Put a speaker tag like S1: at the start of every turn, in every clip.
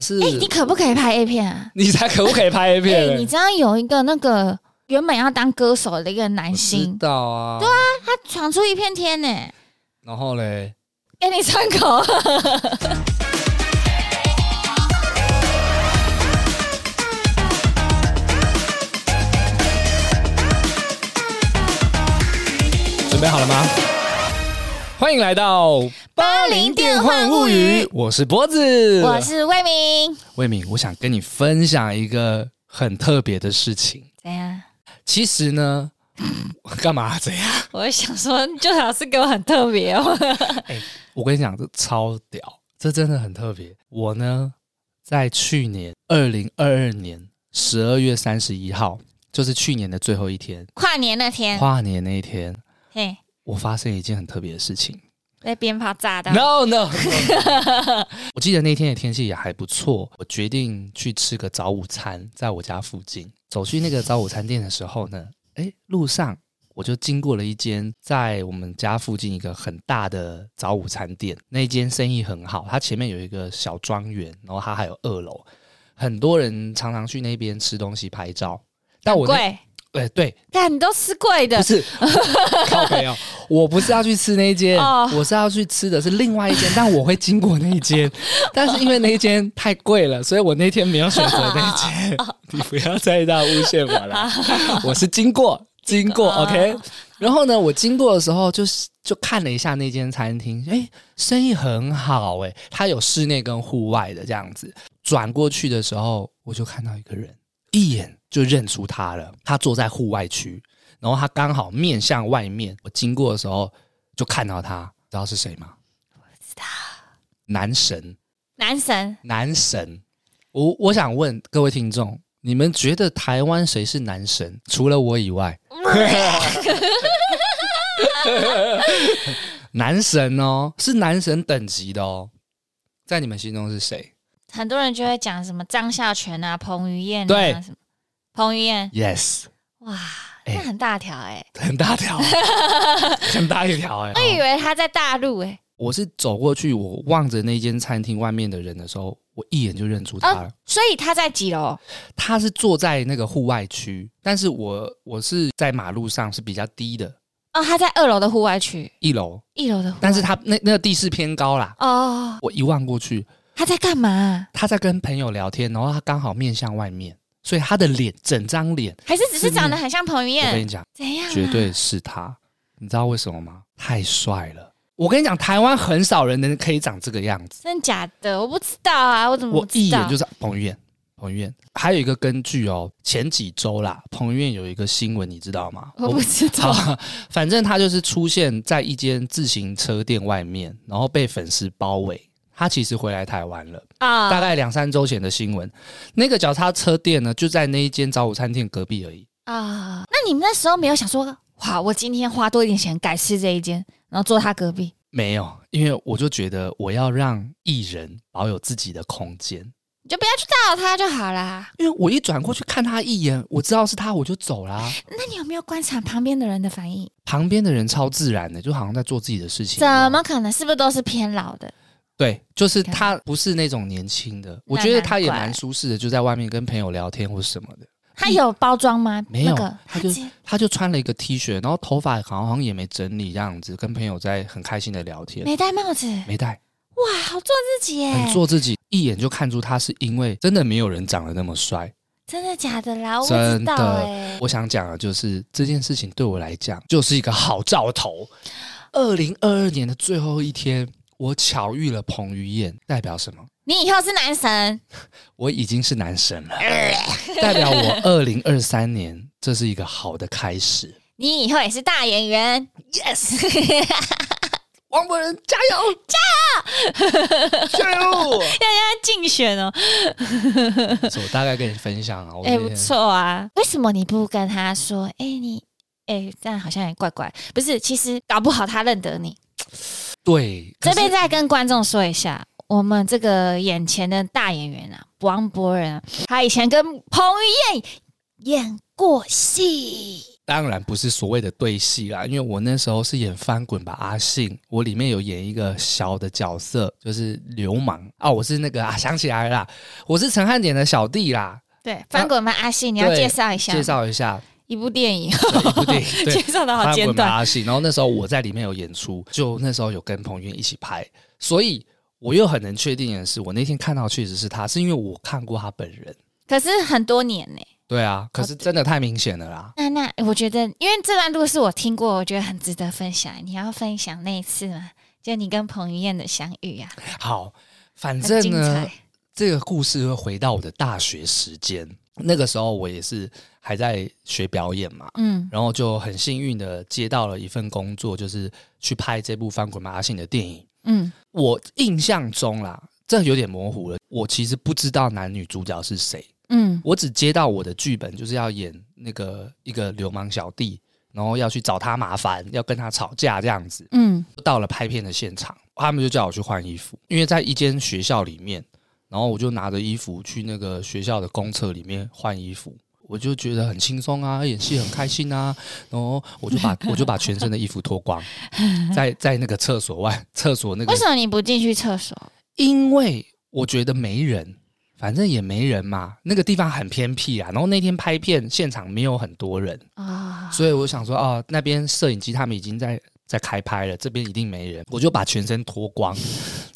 S1: 是，
S2: 哎、你可不可以拍 A 片啊？
S1: 你才可不可以拍 A
S2: 哎、
S1: 片嘞？
S2: 你知道有一个那个原本要当歌手的一个男
S1: 我知
S2: 星，
S1: 道啊，对啊。
S2: 他闯出一片天呢、
S1: 然后嘞，
S2: 给你参考。
S1: 准备好了吗？欢迎来到《
S2: 八零电幻物语，
S1: 我是啊脖子，
S2: 我是魏明，
S1: 魏敏。我想跟你分享一个很特别的事情。
S2: 怎样？
S1: 其实呢， 干嘛这样？
S2: 我想说，就老师给我很特别哦。
S1: 我跟你讲，这超屌，这真的很特别。我呢，在去年二零二二年十二月三十一号，就是去年的最后一天，
S2: 跨年那天，
S1: 跨年那一天，
S2: 嘿，
S1: 我发生一件很特别的事情。
S2: 被鞭炮炸到。
S1: No no，, no. 我记得那天的天气也还不错，我决定去吃个早午餐，在我家附近。走去那个早午餐店的时候呢，哎，路上我就经过了一间在我们家附近一个很大的早午餐店，那一间生意很好，它前面有一个小庄园，然后它还有二楼，很多人常常去那边吃东西拍照。但我那
S2: 贵，
S1: 哎对，
S2: 看你都吃贵的
S1: 不，是靠北哦，我不是要去吃那一间
S2: 哦
S1: 我是要去吃的是另外一间，但我会经过那一间，但是因为那一间太贵了，所以我那天没有选择那一间。你不要再让诬陷我了，我是经过，经过
S2: 哦
S1: ，OK。然后呢，我经过的时候就是就看了一下那间餐厅，哎，生意很好哎、它有室内跟户外的这样子。转过去的时候，我就看到一个人，一眼就认出他了。他坐在户外区，然后他刚好面向外面。我经过的时候就看到他，知道是谁吗？
S2: 知道
S1: 男神，
S2: 男神
S1: 男神。我我想问各位听众，你们觉得台湾谁是男神？除了我以外，男神哦，是男神等级的哦，在你们心中是谁
S2: 很多人就会讲什么张孝全啊、彭于晏啊，
S1: 对
S2: 什么彭于晏，
S1: ？Yes，
S2: 哇，
S1: 哎
S2: 那很大条哎、
S1: 很大条，啊很大一条哎、
S2: 我以为他在大陆哎、
S1: 我是走过去，我望着那间餐厅外面的人的时候，我一眼就认出他了。
S2: 所以他在几楼？
S1: 他是坐在那个户外区，但是我我是在马路上是比较低的
S2: 哦，他在二楼的户外区，
S1: 一楼，
S2: 一楼的户外
S1: 但是他那那个地势偏高啦。
S2: 哦，
S1: 我一望过去，
S2: 他在干嘛、
S1: 他在跟朋友聊天，然后他刚好面向外面，所以他的脸整张脸，
S2: 还是只是长得很像彭于
S1: 我跟你
S2: 晏？
S1: 讲，
S2: 怎样、啊？
S1: 绝对是他。你知道为什么吗？太帅了！我跟你讲，台湾很少人能可以长这个样子。
S2: 真的假的？我不知道啊，我怎么
S1: 我
S2: 不知
S1: 一
S2: 道？
S1: 眼就是彭于晏，彭于晏。还有一个根据哦，前几周啦，彭于晏有一个新闻，你知道吗？
S2: 我不知道。
S1: 好， 反正他就是出现在一间自行车店外面，然后被粉丝包围。他其实回来台湾了，
S2: 啊
S1: 大概两三周前的新闻。那个脚踏车店呢，就在那一间早午餐店隔壁而已。
S2: 啊！那你们那时候没有想说，哇，我今天花多一点钱改吃这一间，然后坐他隔壁？
S1: 没有，因为我就觉得我要让艺人保有自己的空间。
S2: 你就不要去打扰他就好啦。
S1: 因为我一转过去看他一眼，我知道是他，我就走啦、
S2: 那你有没有观察旁边的人的反应？
S1: 旁边的人超自然的，就好像在做自己的事情一
S2: 怎
S1: 样。
S2: 么可能？是不是都是偏老的？
S1: 对，就是他不是那种年轻的，我觉得他也
S2: 难怪
S1: 蛮舒适的，就在外面跟朋友聊天或什么的。
S2: 他有包装吗？
S1: 没有
S2: 那个
S1: 他就
S2: 直接
S1: 他就穿了一个 T 恤，然后头发好像也没整理，这样子跟朋友在很开心的聊天，
S2: 没戴帽子，
S1: 没戴，
S2: 哇，好做自己耶！
S1: 很做自己，一眼就看出他是因为真的没有人长得那么帅。
S2: 真的假的啦？我不知
S1: 真
S2: 道
S1: 的
S2: 哎。
S1: 我想讲的就是这件事情对我来讲就是一个好兆头。二零二二年的最后一天，我巧遇了彭于晏，代表什么？
S2: 你以后是男神，
S1: 我已经是男神了，代表我二零二三年这是一个好的开始。
S2: 你以后也是大演员。Yes，
S1: 王博仁，加油！ 加油！加
S2: 竞选哦。
S1: 油！我大概跟你分享啊，我
S2: 哎、
S1: 那
S2: 不
S1: 天
S2: 错啊！为什么你不跟他说？哎、你哎、这样好像也怪怪。不是，其实搞不好他认得你。
S1: 对，可
S2: 这
S1: 是
S2: 边再跟观众说一下，我们这个眼前的大演员啊，王博仁、啊，他以前跟彭于晏演过戏。
S1: 当然不是所谓的对戏啦，因为我那时候是演《翻滚吧阿信》，我里面有演一个小的角色，就是流氓啊，我是那个啊，想起来了啦，我是陈汉典的小弟啦，
S2: 对，翻滚吧，阿信，你要
S1: 啊对
S2: 介绍一下
S1: 介绍一下
S2: 一部电影，
S1: 一部电影， 对，
S2: 介绍的好
S1: 翻
S2: 简
S1: 滚吧
S2: 短。
S1: 阿信，然后那时候我在里面有演出，就那时候有跟彭于晏一起拍，所以我又很能确定的是，我那天看到确实是他，是因为我看过他本人。
S2: 可是很多年呢、
S1: 对啊，可是
S2: 哦
S1: 真的太明显了啦。
S2: 那那我觉得，因为这段路是我听过，我觉得很值得分享。你要分享那一次吗？就你跟彭于晏的相遇啊，
S1: 好，反
S2: 很
S1: 正啊
S2: 精
S1: 呢
S2: 彩，。
S1: 这个故事会回到我的大学时间，那个时候我也是还在学表演嘛，
S2: 嗯，
S1: 然后就很幸运的接到了一份工作，就是去拍这部《翻滚吧阿信》的电影。
S2: 嗯，
S1: 我印象中啦，这有点模糊了。我其实不知道男女主角是谁，
S2: 嗯，
S1: 我只接到我的剧本就是要演那个一个流氓小弟，然后要去找他麻烦，要跟他吵架这样子。
S2: 嗯，
S1: 到了拍片的现场，他们就叫我去换衣服，因为在一间学校里面，然后我就拿着衣服去那个学校的公厕里面换衣服。我就觉得很轻松啊，演戏很开心啊，然后我就把我就把全身的衣服脱光，在在那个厕所外，厕所那个
S2: 为什么你不进去厕所？
S1: 因为我觉得没人，反正也没人嘛，那个地方很偏僻啊。然后那天拍片现场没有很多人，
S2: 啊、
S1: 所以我想说，哦，那边摄影机他们已经在在开拍了，这边一定没人，我就把全身脱光，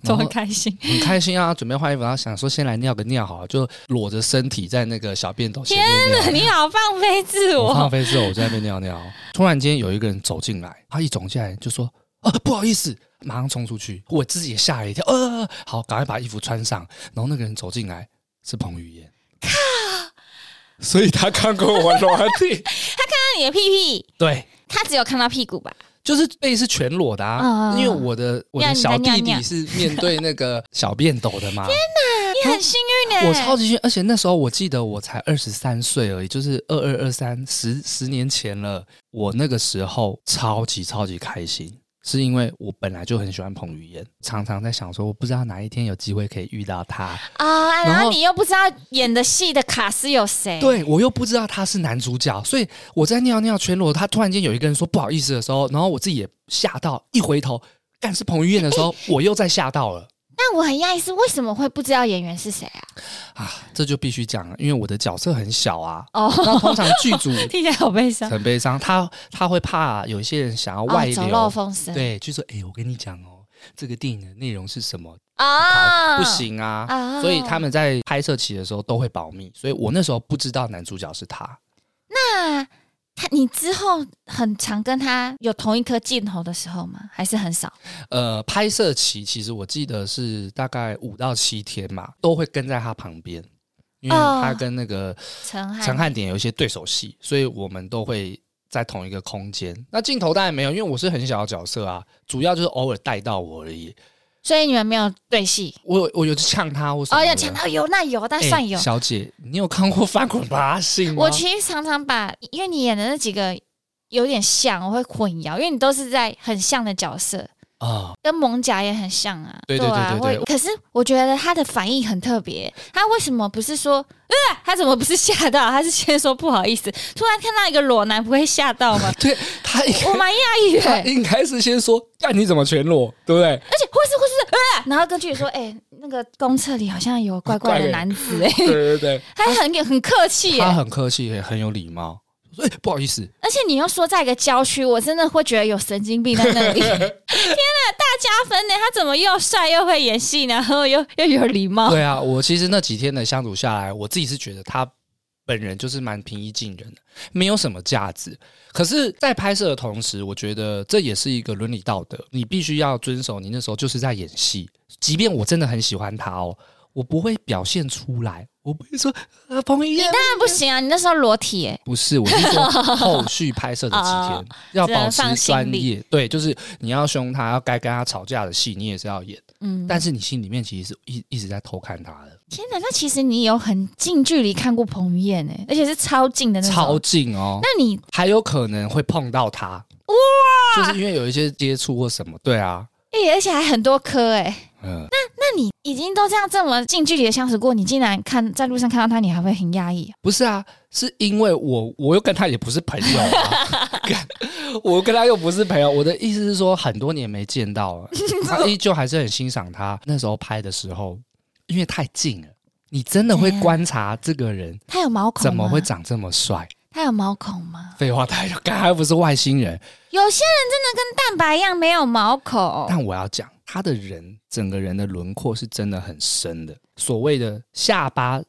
S1: 然后
S2: 开心！
S1: 很开心啊，准备换衣服，然后想说先来尿个尿好了，就裸着身体在那个小便斗前面尿。
S2: 你好放飞自
S1: 我放
S2: 我，
S1: 飞之后，我在那边尿尿，突然间有一个人走进来，他一走进来就说：“啊，不好意思！”马上冲出去，我自己也吓了一跳，呃，好，赶快把衣服穿上。然后那个人走进来是彭于晏，靠！所以他看过我裸体，
S2: 那你的屁屁，
S1: 对，
S2: 他只有看到屁股吧？
S1: 就是背是全裸的啊，
S2: 嗯嗯嗯
S1: 因为我的我的
S2: 让你
S1: 小
S2: 在
S1: 弟
S2: 尿
S1: 弟
S2: 尿
S1: 是面对那个小便斗的嘛，
S2: 你很幸运欸呢、
S1: 我超级幸运，而且那时候我记得我才二十三岁而已，就是二二二三十十年前了。我那个时候超级超级开心，是因为我本来就很喜欢彭于晏，常常在想说，我不知道哪一天有机会可以遇到他。
S2: 啊、
S1: 然
S2: 然
S1: 后
S2: 后你又不知道演的戏的卡司有谁，，
S1: 对我又不知道他是男主角，所以我在尿尿全裸，他突然间有一个人说不好意思的时候，然后我自己也吓到，一回头，但是彭于晏的时候，我又再吓到了。
S2: 那我很讶异是为什么会不知道演员是谁啊？
S1: 啊，这就必须讲了，因为我的角色很小啊。
S2: 哦，
S1: 那通常剧组
S2: 听起来好悲伤，
S1: 很悲伤。他他会怕有一些人想要外
S2: 哦、
S1: 流，
S2: 走漏风声，
S1: 对，就说哎、我跟你讲哦，这个电影的内容是什么，
S2: 啊，
S1: 不行啊。
S2: 啊
S1: 所以他们在拍摄期的时候都会保密，所以我那时候不知道男主角是他。
S2: 那他，你之后很常跟他有同一颗镜头的时候吗？还是很少？
S1: 呃，拍摄期其实我记得是大概五到七天嘛，都会跟在他旁边，因为
S2: 哦
S1: 他跟那个
S2: 陈汉，
S1: 陈汉典有一些对手戏，所以我们都会在同一个空间。那镜头当然没有，因为我是很小的角色啊，主要就是偶尔带到我而已。
S2: 所以你们没有对戏
S1: 我有我有去呛他，我什么
S2: 哦，
S1: 的
S2: 要强到有那有，但
S1: 哎
S2: 算有。
S1: 小姐，你有看过《翻滚吧阿信》吗？
S2: 我其实常常把，因为你演的那几个有点像，我会混淆，因为你都是在很像的角色，
S1: 啊、
S2: 跟蒙甲也很像啊。
S1: 对对
S2: 啊，
S1: 对对对
S2: 会可是我觉得他的反应很特别，他为什么不是说，呃，他怎么不是吓到？他是先说不好意思，突然看到一个裸男，不会吓 到吗？
S1: 对他 应
S2: 我
S1: 该
S2: 蛮讶异的、
S1: 他应该是先说，干你怎么全裸，对不 对？
S2: 而且或是或是呃，然后跟剧说，哎、那个公厕里好像有怪怪
S1: 怪
S2: 的
S1: 人
S2: 男子、哎，
S1: 对对对，
S2: 他很很客气、
S1: 他
S2: 哎，
S1: 很客气，也很有礼貌。说哎、不好意思，
S2: 而且你又说在一个郊区，我真的会觉得有神经病在那里。天哪， 大加分呢！他怎么又帅又会演戏，然后又又有礼貌？
S1: 对啊，我其实那几天的相处下来，我自己是觉得他本人就是蛮平易近人的，没有什么价值。可是，在拍摄的同时，我觉得这也是一个伦理道德，你必须要遵守。你那时候就是在演戏，即便我真的很喜欢他哦，我不会表现出来，我不会说啊，彭于 晏。
S2: 当然不行啊！你那时候裸体、哎，
S1: 不是，我是说后续拍摄的几天
S2: 哦
S1: 要
S2: 只能
S1: 保持
S2: 放心
S1: 专
S2: 里
S1: 业，对，就是你要凶他，要该跟他吵架的戏你也是要演，
S2: 嗯，
S1: 但是你心里面其实是一一直在偷看他的。
S2: 天哪！那其实你有很近距离看过彭于晏哎，而且是超近的那种。
S1: 超近哦，
S2: 那你
S1: 还有可能会碰到他。哇，就是因为有一些接触或什么，对啊，
S2: 哎、而且还很多颗哎、
S1: 嗯，
S2: 那那你已经都这样这么近距离的相处过，你竟然看在路上看到他，你还会很压抑？哦
S1: 不是啊，是因为我我又跟他也不是朋友 啊，干我跟他又不是朋友。我的意思是说，很多年没见到了，他依旧还是很欣赏他那时候拍的时候，因为太近了，你真的会
S2: 对啊
S1: 观察这个人
S2: 他有毛孔吗？
S1: 怎么会？长这么帅。
S2: 他有毛孔吗？
S1: 废话太多，干他又不是外星人。
S2: 有些人真的跟蛋白一样没有毛孔，。
S1: 但我要讲，他的人整个人的轮廓是真的很深的，所谓的下巴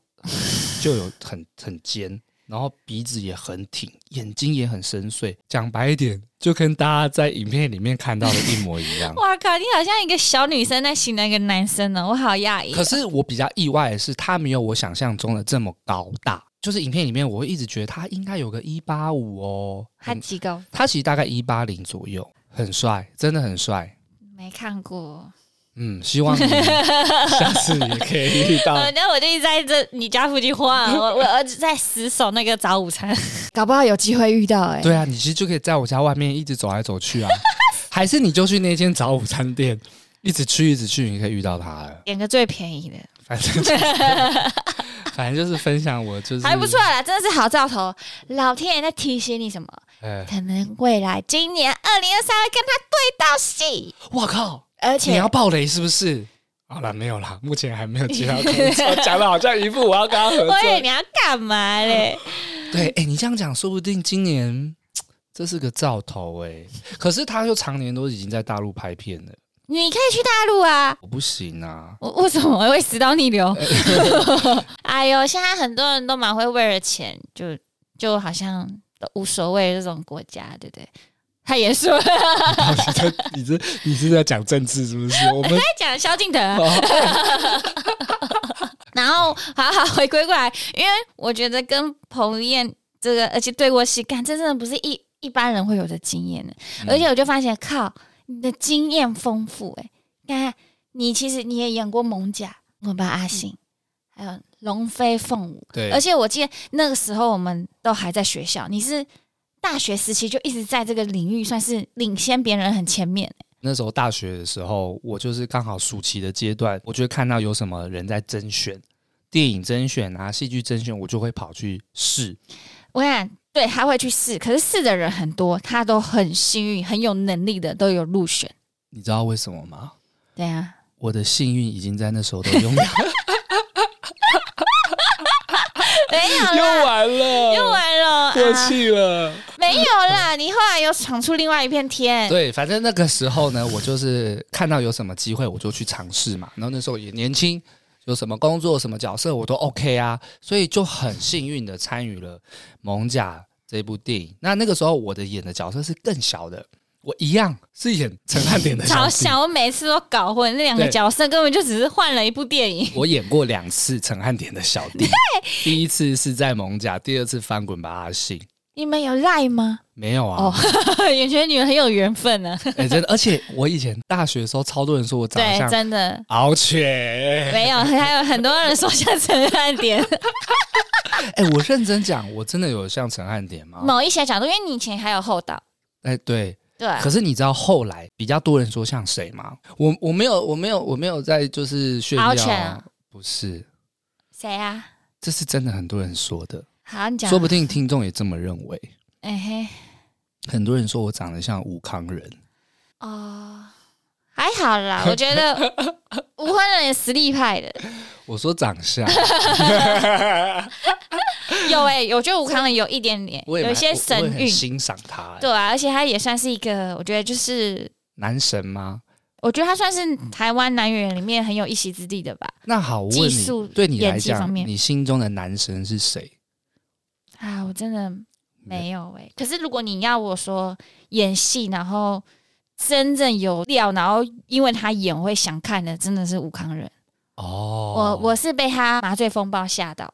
S1: 就有很很尖，然后鼻子也很挺，眼睛也很深邃。讲白一点，就跟大家在影片里面看到的一模一样
S2: 哇靠！你好像一个小女生在形容一个男生哦呢，我好啊压抑
S1: 可。是我比较意外的是，他没有我想象中的这么高大。就是影片里面，我会一直觉得他应该有个一八五哦，
S2: 他
S1: 很
S2: 几高？
S1: 他其实大概一八零左右，很帅，真的很帅。
S2: 没看过。
S1: 嗯，希望你下次也可以遇到
S2: 呃，然后我就一直在这你家附近晃，我 我儿子在死守那个早午餐，
S3: 搞不好有机会遇到哎、
S1: 对啊，你其实就可以在我家外面一直走来走 去啊，还是你就去那间早午餐店，一直去一直去，你可以遇到他了。
S2: 点个最便宜的，
S1: 反正就是 反正就是分享我就是
S2: 还不错，啦，真的是好兆头。老天爷在提醒你什么？
S1: 哎，
S2: 可能未来今年二零二三会跟他对到戏，
S1: 我靠，
S3: 而
S1: 你
S3: 且
S1: 要爆雷是不是？好了，没有啦，目前还没有接到合作，讲的好像一副我要跟他合
S2: 我以为
S1: 作。
S2: 你要干嘛嘞？
S1: 对，哎、你这样讲，说不定今年这是个兆头哎、可是他又常年都已经在大陆拍片了，
S2: 你可以去大陆啊。
S1: 我不行 啊。
S2: 我为什么我会死到逆流？哎呦，现在很多人都蛮会为了钱，就就好像都无所谓这种国家，对不对？他也说了，
S1: 你这你是在讲政治是不是？ 我们
S2: 在讲萧敬腾啊、
S1: 哦
S2: 然后好好回归过来，因为我觉得跟彭于晏这个，而且对过戏，干这真的不是一一般人会有的经验的。而且我就发现，靠，你的经验丰富哎、看你其实你也演过《猛甲》《我吧阿信》，还有《龙飞凤舞》，
S1: 对，
S2: 而且我记得那个时候我们都还在学校，你是大学时期就一直在这个领域算是领先别人很前面、
S1: 那时候大学的时候，我就是刚好暑期的阶段，我就会看到有什么人在甄选电影甄选啊、戏剧甄选，我就会跑去试。
S2: 我想对他会去试，可是试的人很多，他都很幸运，很有能力的都有入选。
S1: 你知道为什么吗？
S2: 对啊，
S1: 我的幸运已经在那时候都用
S2: 没有
S1: 用
S2: 啦，
S1: 完了，
S2: 用 完了，
S1: 过
S2: 啊、
S1: 气了。
S2: 没有啦。你后来又闯出另外一片天，
S1: 对，反正那个时候呢，我就是看到有什么机会，我就去尝试嘛。然后那时候也年轻，有什么工作、什么角色我都 OK 啊，所以就很幸运的参与了《蒙甲》这部电影。那那个时候我的演的角色是更小的，我一样是演陈汉典的
S2: 超
S1: 小
S2: 想我每次都搞混那两个
S1: 对
S2: 角色，根本就只是换了一部电影。
S1: 弟。我演过两次陈汉典的小弟，第一次是在《蒙甲》，第二次《翻滚吧阿信》。
S2: 你们有赖吗？
S1: 没有啊
S2: 哦，演员女人很有缘分呢、
S1: 哎、真的，而且我以前大学的时候，超多人说我长得
S2: 对，
S1: 像
S2: 真的
S1: 敖犬，
S2: 没有，还有很多人说像陈汉典，
S1: 哎、我认真讲，我真的有像陈汉典吗？
S2: 某一些角度，因为你以前还有后导，
S1: 哎、对。
S2: 对啊，
S1: 可是你知道后来比较多人说像谁吗？我我没有我没有我没有在就是炫耀
S2: 敖犬啊
S1: 啊，不是，
S2: 谁啊？
S1: 这是真的很多人说的，
S2: 好，你讲，
S1: 说不定听众也这么认为。
S2: 哎嘿。
S1: 很多人说我长得像吴康仁，
S2: 哦，还好 啦，我觉得吴欢人也实力派的，
S1: 我说长 相，
S2: 有哎、 我觉得吴康仁有一点点，
S1: 我也
S2: 有
S1: 蛮
S2: 一些
S1: 我我
S2: 神
S1: 也很
S2: 韵，
S1: 欣赏他、哎
S2: 对啊，而且他也算是一个，我觉得就是，
S1: 男神吗？
S2: 我觉得他算是台湾男演员里面很有一席之地的吧。
S1: 那好，我问
S2: 技术
S1: 你，对你来
S2: 演技方
S1: 讲，
S2: 面
S1: 你心中的男神是谁？
S2: 啊，我真的没有哎、可是如果你要我说演戏，然后真正有料，然后因为他演我会想看的，真的是吴康仁。
S1: 哦，
S2: 我我是被他麻醉风暴吓到。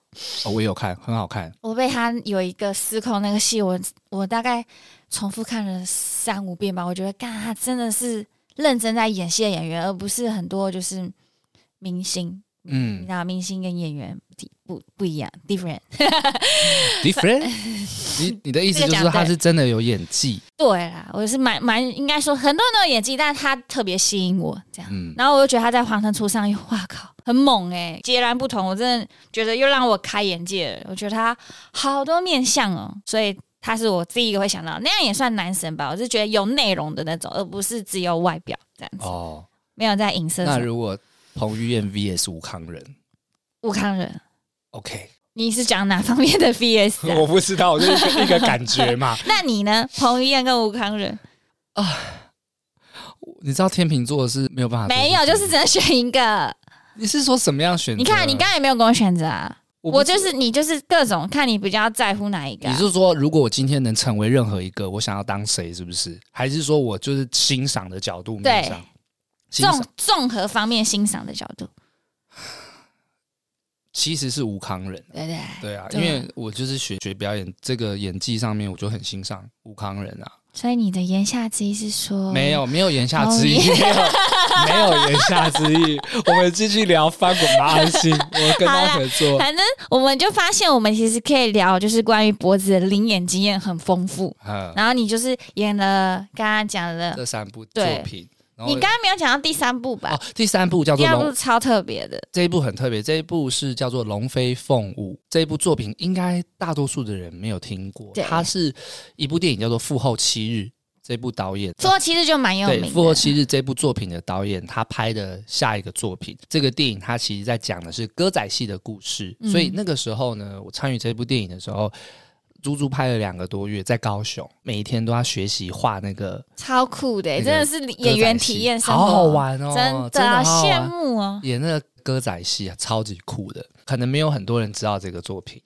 S1: 我我也有看，很好看。
S2: 我被他有一个失控那个戏，我我大概重复看了三五遍吧。我觉得，干他真的是认真在演戏的演员，而不是很多就是明星
S1: 嗯
S2: 你知道明星跟演员不不一样，different。
S1: ，different，你你的意思就是说他是真的有演技，
S2: 对啦，我是蛮蛮应该说很多人都有演技，但是他特别吸引我这样。
S1: 嗯，
S2: 然后我就觉得他在《黄腾出》上又，哇靠，很猛哎、截然不同。我真的觉得又让我开眼界了。我觉得他好多面相哦，所以他是我第一个会想到，那样也算男神吧。我是觉得有内容的那种，而不是只有外表这样子，
S1: 哦，
S2: 没有在影射
S1: 那
S2: 什么
S1: 如果彭于晏 VS 吴康仁
S2: 武康人。
S1: ，OK，
S2: 你是讲哪方面的 VS 啊？
S1: 我不知道，我就是一个一个感觉 嘛。
S2: 那你呢？彭于晏跟吴康仁
S1: 你知道天秤座啊是没有办法做出
S2: 没有，
S1: 什么
S2: 就是只能选一个。
S1: 你是说什么样选择？
S2: 你看，你刚才也没有给我选择啊。
S1: 我不
S2: 我就是你，就是各种看你比较在乎哪一个、
S1: 你
S2: 啊。
S1: 是说，如果我今天能成为任何一个，我想要当谁，是不是？还是说我就是欣赏的角度面
S2: 对
S1: 上，欣赏
S2: 综综合方面欣赏的角度，
S1: 其实是吴康仁。
S2: 对不对？
S1: 对啊，因
S2: 对啊
S1: 为我就是学学表演这个演技上面，我就很欣赏吴康仁啊。
S2: 所以你的言下之意是说，
S1: 没有，没有言下之意，
S2: 哦
S1: 没有，没有言下之意。我们继续聊翻滚吧，安心，我跟他合作。
S2: 反正我们就发现，我们其实可以聊，就是关于脖子的灵演经验很丰富。
S1: 嗯，
S2: 然后你就是演了，刚刚讲了，
S1: 这三部作
S2: 对
S1: 品，然后
S2: 你刚刚没有讲到第三部吧？
S1: 哦，第三部叫
S2: 第
S1: 做《
S2: 二
S1: 龙
S2: 部超特别的，
S1: 这一部很特别，这一部是叫做《龙飞凤舞》。这一部作品应该大多数的人没有听过，
S2: 对
S1: 它是一部电影叫做《复后七日》。这部导演
S2: 《复活七日》就蛮有
S1: 对
S2: 名
S1: 《
S2: 的。
S1: 复后七日》这部作品的导演，他拍的下一个作品，这个电影它其实在讲的是歌仔戏的故事。
S2: 嗯
S1: 所以那个时候呢，我参与这部电影的时候，足足拍了两个多月，在高雄，每一天都要学习画那个
S2: 超酷的、欸
S1: 那个
S2: 真的是演员体验生活，
S1: 好好玩哦，
S2: 真
S1: 真
S2: 的
S1: 的
S2: 啊，
S1: 好好
S2: 羡
S1: 玩
S2: 慕哦。
S1: 演那个歌仔戏啊，超级酷的。可能没有很多人知道这个作 品，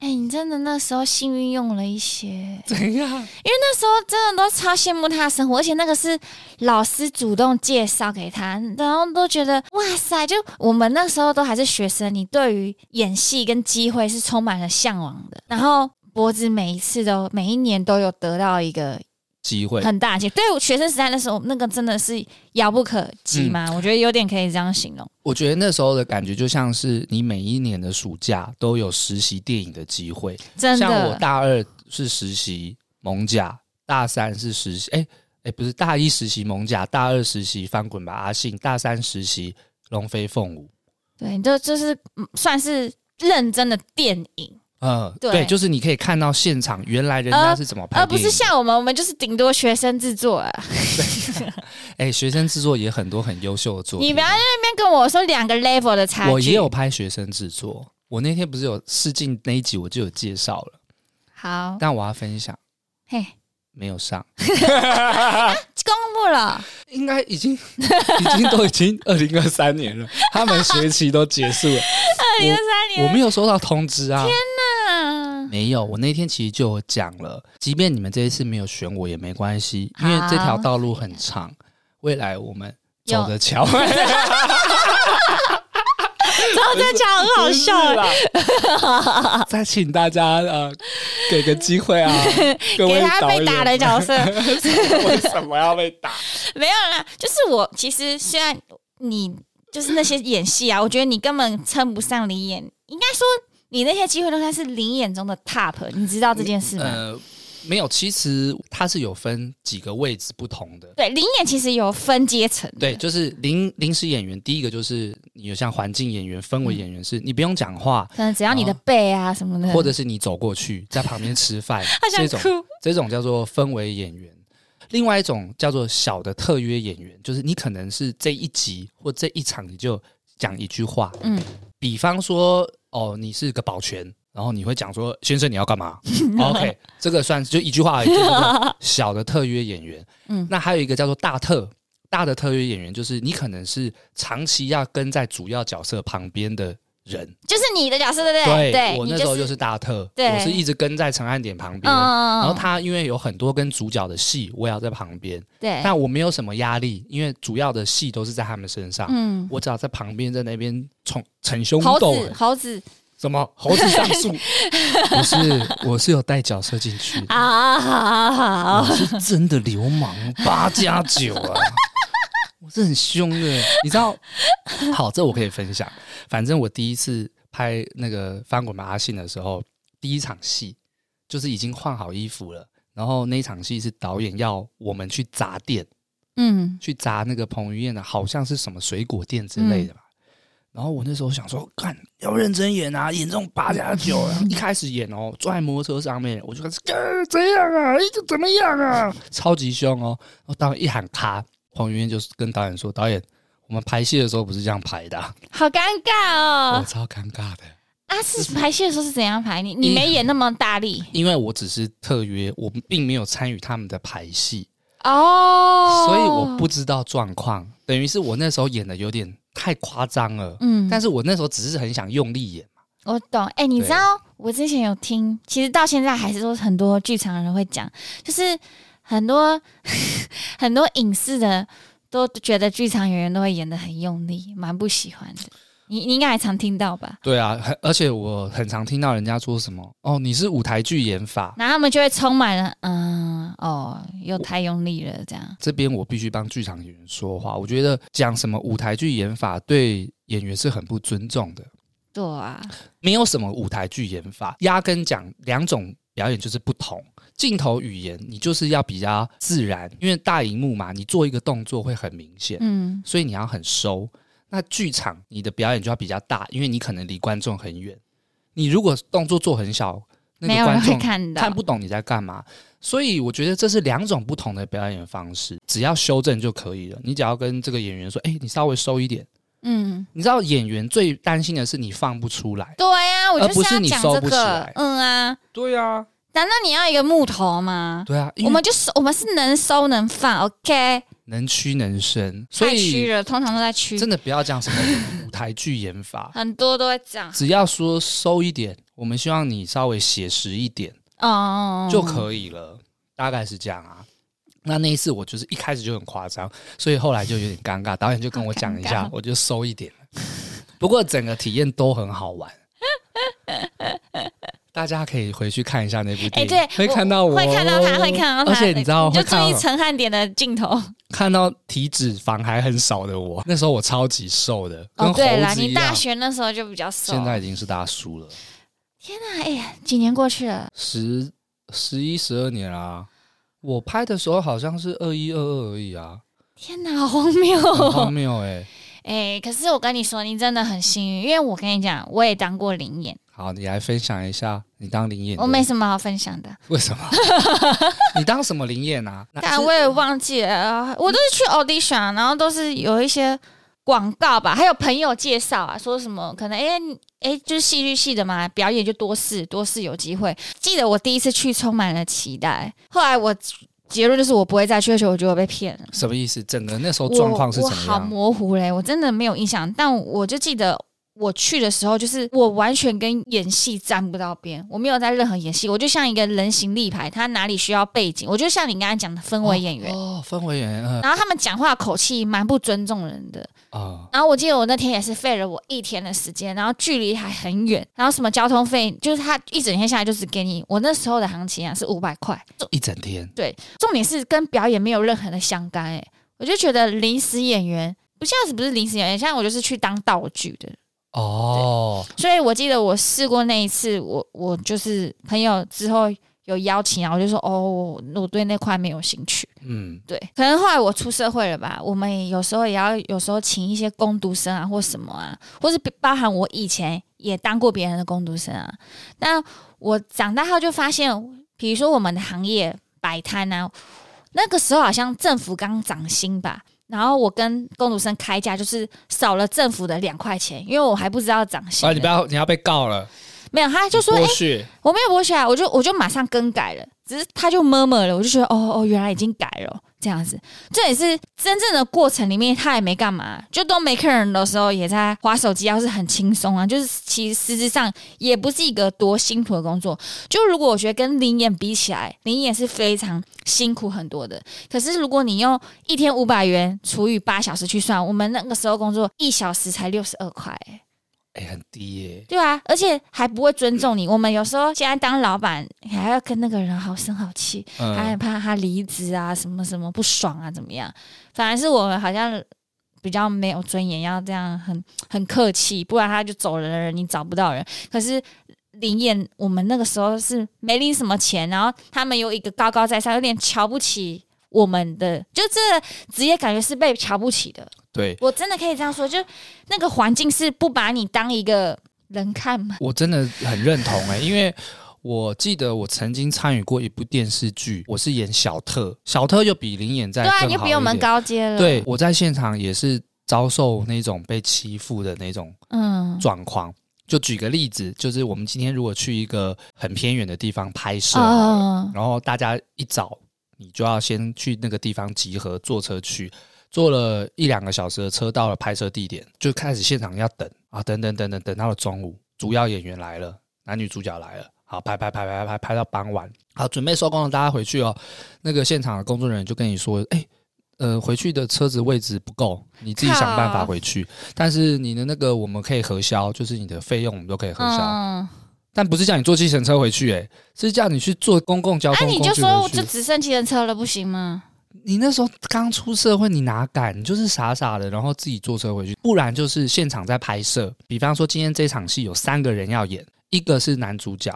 S2: 哎、你真的那时候幸运用了一些，因
S1: 怎样？
S2: 为那时候真的都超羡慕他的生活，而且那个是老师主动介绍给他，然后都觉得哇塞，就我们那时候都还是学生，你对于演戏跟机会是充满了向往的，然后。脖子每一次都每一年都有得到一个
S1: 机会
S2: 很大的机会，对我学生时代的时候，那个真的是遥不可及嘛，我觉得有点可以这样形容。
S1: 我觉得那时候的感觉就像是你每一年的暑假都有实习电影的机会，
S2: 真的，
S1: 像我大二是实习蒙甲，大三是实习，哎、哎、不是大一实习蒙甲，大二实习翻滚吧阿信，大三实习龙飞凤舞。
S2: 对，就就是嗯算是认真的电影，
S1: 嗯，
S2: 对
S1: 对，就是你可以看到现场原来人家
S2: 呃
S1: 是怎么拍
S2: 而
S1: 电影的，
S2: 不是像我们，我们就是顶多学生制作啊。
S1: 哎、学生制作也很多很优秀的作品。
S2: 你不要在那边跟我说两个 level 的差距。
S1: 我也有拍学生制作，我那天不是有试镜那一集我就有介绍了，
S2: 好，
S1: 但我要分享
S2: 嘿，
S1: 没有上，
S2: 公布了，
S1: 应该已经 已经都已经二零二三年了，他们学期都结束 了，
S2: 二零二三
S1: 我
S2: 年
S1: 没有收到通知啊，
S2: 啊，
S1: 没有，我那天其实就有讲了，即便你们这一次没有选我也没关系，因为这条
S2: 好
S1: 道路很长，未来我们
S2: 有
S1: 走着瞧。
S2: 然后这讲很好笑欸，
S1: 不是啦 再请大家呃给个机会啊， 各
S2: 给
S1: 位
S2: 他
S1: 导
S2: 被打的
S1: 演，
S2: 角色
S1: 为什么要被打？
S2: 没有啦，就是我其实虽然你就是那些演戏啊，我觉得你根本称不上零演，应该说你那些机会都算是零演中的 top，你知道这件事吗？
S1: 呃，没有，其实它是有分几个位置不同的。
S2: 对，零演其实有分阶层的，
S1: 对，就是临临时演员，第一个就是你有像环境演员、氛围演员，是你不用讲话，
S2: 可能只要你的背啊什么的，
S1: 或者是你走过去在旁边吃饭
S2: 他，想
S1: 这种
S2: 哭，
S1: 这种叫做氛围演员。另外一种叫做小的特约演员，就是你可能是这一集或这一场你就讲一句话，
S2: 嗯，
S1: 比方说，哦，你是个保全，然后你会讲说，先生你要干嘛 哦？OK，这个算是就一句话而已，就是那个小的特约演员。
S2: 嗯
S1: 那还有一个叫做大特，大的特约演员就是你可能是长期要跟在主要角色旁边的人。
S2: 就是你的角色对不对？对，
S1: 我
S2: 你，
S1: 那时候就是是大特，
S2: 对
S1: 我是一直跟在陈汉典旁边。
S2: 嗯
S1: 然后他因为有很多跟主角的戏，我也要在旁边，
S2: 对，
S1: 但我没有什么压力，因为主要的戏都是在他们身上，
S2: 嗯，
S1: 我只要在旁边在那边逞逞凶
S2: 猴
S1: 斗
S2: 子，
S1: 狠，
S2: 猴子
S1: 什么猴子上 树？不是，我是有带角色进去的，
S2: 啊，好好
S1: 我
S2: 好，
S1: 是真的流氓八加九啊！我是很凶的，你知道？好，这我可以分享。反正我第一次拍那个翻滚吧阿信的时候，第一场戏就是已经换好衣服了，然后那一场戏是导演要我们去砸店，
S2: 嗯，
S1: 去砸那个彭于晏的，好像是什么水果店之类的吧。然后我那时候想说，干要认真演啊，演这种八加九啊。一开始演哦，坐在摩托车上面，我就开始，呃、怎样啊，一直怎么样啊，超级凶哦。然后导演一喊咔，彭于晏就跟导演说，导演，我们排戏的时候不是这样排的啊、
S2: 好尴尬
S1: 我
S2: 哦。
S1: 超尴尬的。
S2: 啊，是排戏的时候是怎样排？你你
S1: 一
S2: 没演那么大力
S1: 因为我只是特约，我并没有参与他们的排戏，
S2: 哦，
S1: 所以我不知道状况。等于是我那时候演的有点太夸张了，
S2: 嗯，
S1: 但是我那时候只是很想用力演。
S2: 我懂，哎、你
S1: 对
S2: 知道我之前有听，其实到现在还是说很多剧场的人会讲，就是很多 很多影视的都觉得剧场演员都会演的很用力，蛮不喜欢的。你你应该还常听到吧？
S1: 对啊，很而且我很常听到人家说什么哦，你是舞台剧演法。
S2: 然后他们就会充满了，嗯，哦，又太用力了，这样。
S1: 这边我必须帮剧场演员说话，我觉得讲什么舞台剧演法对演员是很不尊重的。
S2: 对啊，
S1: 没有什么舞台剧演法，压根讲两种表演就是不同。镜头语言你就是要比较自然，因为大荧幕嘛，你做一个动作会很明显，
S2: 嗯，
S1: 所以你要很收。那剧场你的表演就要比较大，因为你可能离观众很远。你如果动作做很小，那
S2: 没
S1: 个
S2: 有
S1: 观
S2: 人会
S1: 众
S2: 看到，
S1: 看不懂你在干嘛。所以我觉得这是两种不同的表演方式，只要修正就可以了。你只要跟这个演员说：“哎、你稍微收一点。
S2: 嗯，”
S1: 你知道演员最担心的是你放不出来。
S2: 对啊，我
S1: 而
S2: 就
S1: 不是
S2: 要
S1: 你
S2: 讲
S1: 收
S2: 这
S1: 不起
S2: 个
S1: 来，
S2: 嗯啊，
S1: 对啊，
S2: 难道你要一个木头吗？
S1: 对啊，因
S2: 我
S1: 为
S2: 们就是我们是能收能放，OK，
S1: 能屈能伸，所
S2: 太虚
S1: 以
S2: 了，通常都在虚，
S1: 真的不要讲什么舞台剧演法，
S2: 很多都会这样，
S1: 只要说收一点，我们希望你稍微写实一点
S2: 哦，
S1: 就
S2: 以。
S1: 可以了，大概是这样啊。那那一次我就是一开始就很夸张，所以后来就有点尴尬，导演就跟我讲一
S2: 好
S1: 下
S2: 尴尬，
S1: 我就收一点了。不过整个体验都很好玩，大家可以回去看一下那部
S2: 哎、
S1: 电影，
S2: 对，
S1: 会看到我，哦
S2: 会看到他，会看到他，
S1: 而且你知道
S2: 就
S1: 会
S2: 注
S1: 看到
S2: 意陈汉典的镜头。哦
S1: 看到体脂肪还很少的我，那时候我超级瘦的，跟猴
S2: 哦，对了，
S1: 子一
S2: 你
S1: 样。
S2: 大学那时候就比较瘦。
S1: 现在已经是大叔了，
S2: 那哎呀，几年过去了，
S1: 十十一十二年啦、啊我拍的时候好像是二一二二而已啊，
S2: 天哪，好荒谬、
S1: 很荒
S2: 哦！
S1: 谬哎。
S2: 哎、可是我跟你说，你真的很幸运，因为我跟你讲，我也当过灵眼，
S1: 好，你来分享一下你当灵眼的，
S2: 我没什么好分享的，
S1: 为什么？ 你当什么灵眼啊？那
S2: 但
S1: 是
S2: 我也忘记了，呃我都是去 audition，然后都是有一些广告吧，还有朋友介绍啊，说什么可能哎哎、就是戏剧系的嘛，表演就多试多试有机会。记得我第一次去充满了期待，后来我结论就是我不会再去，而且我觉得我被骗了。
S1: 什么意思？整个那时候
S2: 我
S1: 状况是
S2: 我
S1: 怎么
S2: 好
S1: 样？哦
S2: 模糊嘞，我真的没有印象，但我就记得。我去的时候，就是我完全跟演戏沾不到边，我没有在任何演戏，我就像一个人形立牌，他哪里需要背景，我就像你刚才讲的氛围演员，
S1: 哦，氛围演员，呃
S2: 然后他们讲话口气蛮不尊重人的。
S1: 哦，
S2: 然后我记得我那天也是费了我一天的时间，然后距离还很远，然后什么交通费，就是他一整天下来就只给你我那时候的行情啊是五百块，
S1: 一整天，
S2: 重点是跟表演没有任何的相干哎、我就觉得临时演员不像是不是临时演员，像我就是去当道具的。
S1: 哦，
S2: 所以我记得我试过那一次，我我就是朋友之后有邀请啊，我就说哦，我我对那块没有兴趣。
S1: 嗯，
S2: 对，可能后来我出社会了吧，我们也有时候也要有时候请一些工读生啊，或什么啊，或是包含我以前也当过别人的工读生啊。那我长大后就发现，比如说我们的行业摆摊啊，那个时候好像政府刚涨薪吧。然后我跟工读生开价就是少了政府的两块钱，因为我还不知道涨薪
S1: 啊，
S2: 呢。
S1: 你不要，你要被告了，
S2: 没有，他就说：“哎
S1: 剥削，
S2: 我没有剥削啊，我就我就马上更改了，只是他就摸摸了，我就觉得哦哦，原来已经改了这样子。这也是真正的过程里面，他也没干嘛，就都没客人的时候也在划手机啊，要是很轻松啊，就是其实实质上也不是一个多辛苦的工作。就如果我觉得跟林演比起来，林演是非常辛苦很多的。可是如果你用一天五百元除以八小时去算，我们那个时候工作一小时才六十二块、欸
S1: 哎，很低耶，
S2: 对啊，而且还不会尊重你。我们有时候现在当老板，还要跟那个人好声好气，还很
S1: 嗯，
S2: 怕他离职啊，什么什么不爽啊，怎么样？反而是我们好像比较没有尊严，要这样很很客气，不然他就走人了，你找不到人。可是林演我们那个时候是没领什么钱，然后他们有一个高高在上，有点瞧不起我们的，就这职业感觉是被瞧不起的。
S1: 对
S2: 我真的可以这样说，就那个环境是不把你当一个人看嘛。
S1: 我真的很认同哎、因为我记得我曾经参与过一部电视剧，我是演小特，小特又比林演在
S2: 对啊，
S1: 更
S2: 你
S1: 好
S2: 比我
S1: 一
S2: 们
S1: 点。
S2: 高阶了。
S1: 对，，我在现场也是遭受那种被欺负的那种
S2: 嗯，
S1: 状况。就举个例子，就是我们今天如果去一个很偏远的地方拍摄好了，
S2: 哦，
S1: 然后大家一早你就要先去那个地方集合，坐车去，坐了一两个小时的车到了拍摄地点，就开始现场要等啊，等等等等等到了中午，主要演员来了，男女主角来了，好拍拍拍拍拍拍到傍晚，好准备收工了，大家回去哦。那个现场的工作人员就跟你说，哎。呃，回去的车子位置不够，你自己想办法
S2: 靠
S1: 回去。但是你的那个我们可以核销，就是你的费用我们都可以核销。
S2: 嗯，
S1: 但不是叫你坐计程车回去、欸，是叫你去坐公共交
S2: 啊，
S1: 通工具
S2: 你
S1: 回
S2: 就
S1: 去。
S2: 说就只剩计程车了，不行吗？
S1: 你那时候刚出社会，你哪敢？你就是傻傻的，然后自己坐车回去，不然就是现场在拍摄。比方说，今天这场戏有三个人要演，一个是男主角，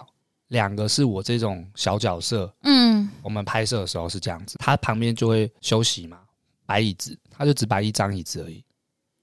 S1: 两个是我这种小角色。
S2: 嗯，
S1: 我们拍摄的时候是这样子，他旁边就会休息嘛，摆椅子，他就只摆一张椅子而已。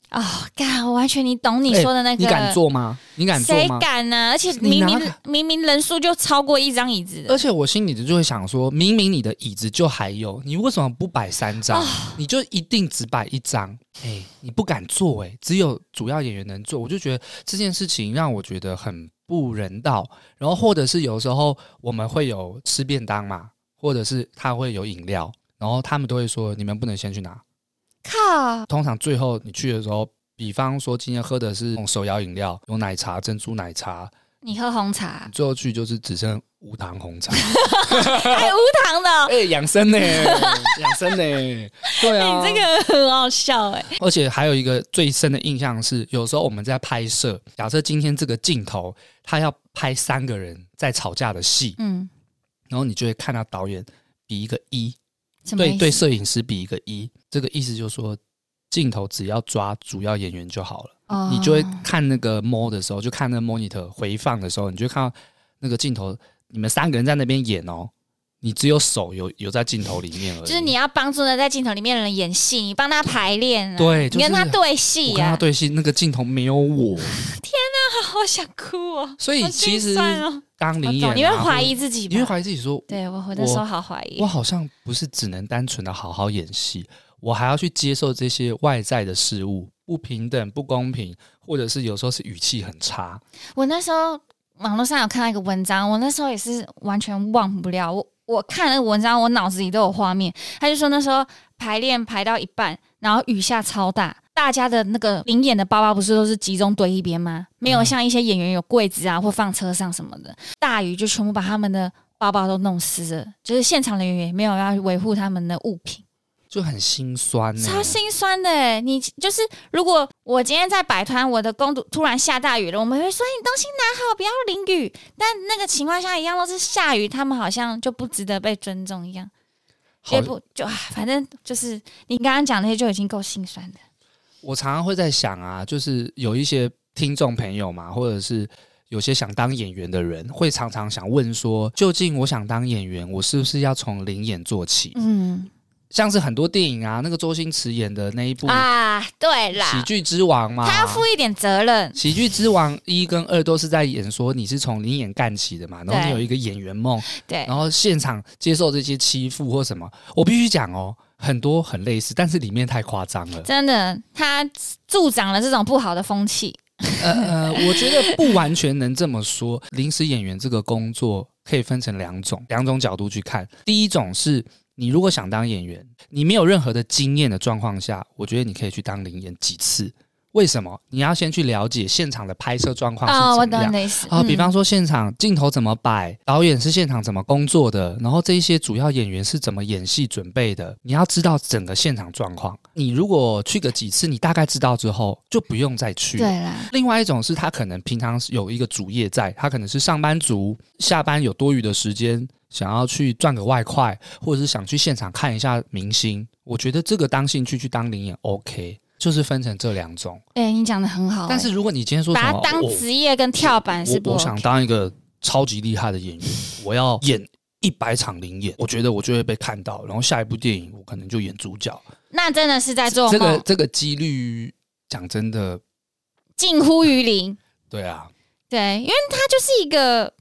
S2: 哦，干，我完全你懂你
S1: 哎
S2: 说的那个，
S1: 你敢坐吗？你敢坐
S2: 谁
S1: 吗？
S2: 敢呢、而且
S1: 你
S2: 明
S1: 拿
S2: 明明明人数就超过一张椅子的
S1: 而，且我心里就会想说，明明你的椅子就还有，你为什么不摆三张？你就一定只摆一张？哎、你不敢做哎、只有主要演员能做。我就觉得这件事情让我觉得很不人道。然后或者是有时候我们会有吃便当嘛，或者是他会有饮料，然后他们都会说你们不能先去拿。
S2: 靠，
S1: 通常最后你去的时候，比方说今天喝的是那种手摇饮料，有奶茶、珍珠奶茶，，
S2: 你喝红茶
S1: 最后去就是只剩无糖红茶。
S2: 还无糖的哦、
S1: 哎、养生呢、 养生呢、对啊，
S2: 哎你这个很好笑哎、
S1: 而且还有一个最深的印象是，有时候我们在拍摄，假设今天这个镜头他要拍三个人在吵架的戏，
S2: 嗯，
S1: 然后你就会看到导演比一个一，
S2: 什么意
S1: 对
S2: 思？
S1: 对，摄影师比一个一，这个意思就是说镜头只要抓主要演员就好了。
S2: 哦
S1: 你就会看那个 mo 的时候，就看那个 monitor 回放的时候，你就会看到那个镜头，你们三个人在那边演哦，你只有手有有在镜头里面而已。
S2: 就是你要帮助呢在镜头里面的人演戏，你帮他排练、啊，
S1: 对就是
S2: 你跟他对戏
S1: 我跟 他
S2: 啊，
S1: 对戏，那个镜头没有 我，
S2: 好想哭哦。
S1: 所以
S2: 好
S1: 其
S2: 心
S1: 实
S2: 酸哦
S1: 当
S2: 我
S1: 你演、啊，
S2: 懂，你会怀疑
S1: 或，
S2: 自己吧，
S1: 你会怀疑自己说，
S2: 对我那时候好怀疑
S1: 我，好像不是只能单纯的好好演戏，我还要去接受这些外在的事物，不平等、不公平，或者是有时候是语气很差。
S2: 我那时候网络上有看到一个文章，我那时候也是完全忘不了。我我看那个文章，我脑子里都有画面。他就说那时候排练排到一半，然后雨下超大，大家的那个领演的包包不是都是集中堆一边吗？没有
S1: 嗯
S2: 像一些演员有柜子啊，或放车上什么的。大雨就全部把他们的包包都弄湿了，就是现场的演员也没有要维护他们的物品。
S1: 就很心酸、欸，
S2: 超心酸的欸！你就是，如果我今天在摆摊，我的工读突然下大雨了，我们会说哎你东西拿好，不要淋雨。但那个情况下，一样都是下雨，他们好像就不值得被尊重一样。
S1: 好
S2: 也不就啊，反正就是你刚刚讲那些就已经够心酸的。
S1: 我常常会在想啊，就是有一些听众朋友嘛，或者是有些想当演员的人，会常常想问说，究竟我想当演员，我是不是要从零演做起？
S2: 嗯
S1: 像是很多电影啊，那个周星驰演的那一部《
S2: 啊，对
S1: 喜
S2: 啦，
S1: 剧之王》嘛，
S2: 他要负一点责任。
S1: 喜剧之王》一跟二都是在演说你是从零演干起的嘛，然后
S2: 对
S1: 你有一个演员梦，
S2: 对
S1: 然后现场接受这些欺负或什么。我必须讲哦，很多很类似，但是里面太夸张了。
S2: 真的，他助长了这种不好的风气。
S1: 呃呃，我觉得不完全能这么说。临时演员这个工作可以分成两种，两种角度去看。第一种是你如果想当演员，你没有任何的经验的状况下，我觉得你可以去当零演几次。为什么？你要先去了解现场的拍摄状况
S2: 哦，
S1: 是
S2: 我
S1: 怎么
S2: 懂
S1: 样
S2: 你。的意思。
S1: 啊，比
S2: 嗯
S1: 方说现场镜头怎么摆，导演是现场怎么工作的，然后这一些主要演员是怎么演戏准备的，你要知道整个现场状况。你如果去个几次，你大概知道之后，就不用再去了。
S2: 对啦，
S1: 另外一种是他可能平常是有一个主业在，他可能是上班族，下班有多余的时间，想要去赚个外快，或者是想去现场看一下明星。我觉得这个当兴趣去当零演 OK，就是分成这两种。
S2: 哎，你讲的很好、
S1: 但是
S2: 哎
S1: 如果你今天说什
S2: 把
S1: 么，哦
S2: 它当
S1: 我
S2: 职业跟跳板是
S1: 我
S2: 不
S1: 我想
S2: OK
S1: 当一个超级厉害的演员，我要演一百场零演，我觉得我就会被看到，然后下一部电影我可能就演主角。
S2: 那真的是在做
S1: 这个
S2: 梦，
S1: 这个几率，讲真的，
S2: 近乎于零。
S1: 对啊，
S2: 对，因为它就是一个，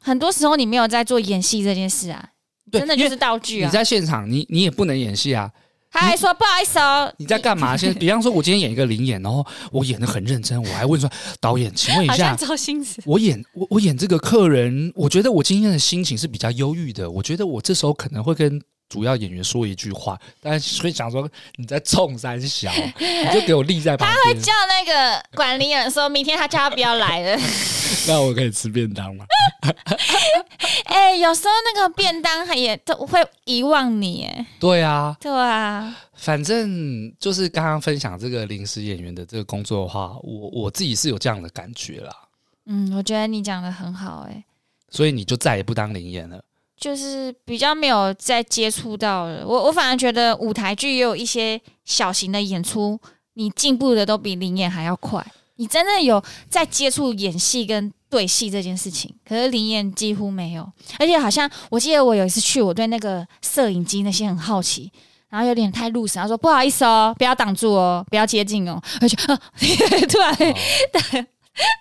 S2: 很多时候你没有在做演戏这件事啊，
S1: 对，
S2: 真的
S1: 因
S2: 就
S1: 为
S2: 是道具
S1: 你
S2: 啊。
S1: 在现场，你你也不能演戏啊，
S2: 他还说不好意思哦，
S1: 你在干 嘛？先比方说，我今天演一个零演，然后我演的很认真，我还问说导演，请问一
S2: 好像
S1: 下，
S2: 周星驰。
S1: 我演我我演这个客人，我觉得我今天的心情是比较忧郁的，我觉得我这时候可能会跟。主要演员说一句话，但是会想说你在冲三 小，你就给我立在旁边，
S2: 叫那个管理员说明天他叫他不要来了。
S1: 那我可以吃便当吗？
S2: 哎、有时候那个便当还也都会遗忘你，哎，
S1: 对啊，
S2: 对啊，
S1: 反正就是刚刚分享这个临时演员的这个工作的话，我我自己是有这样的感觉啦，
S2: 嗯，我觉得你讲的很好、哎，
S1: 所以你就再也不当零演了。
S2: 就是比较没有再接触到了。我我反而觉得舞台剧也有一些小型的演出，你进步的都比灵演还要快。你真的有在接触演戏跟对戏这件事情，可是灵演几乎没有。而且好像我记得我有一次去，我对那个摄影机那些很好奇。然后有点太入神，他说不好意思哦，不要挡住哦，不要接近哦， 而且、啊、突然
S1: 哦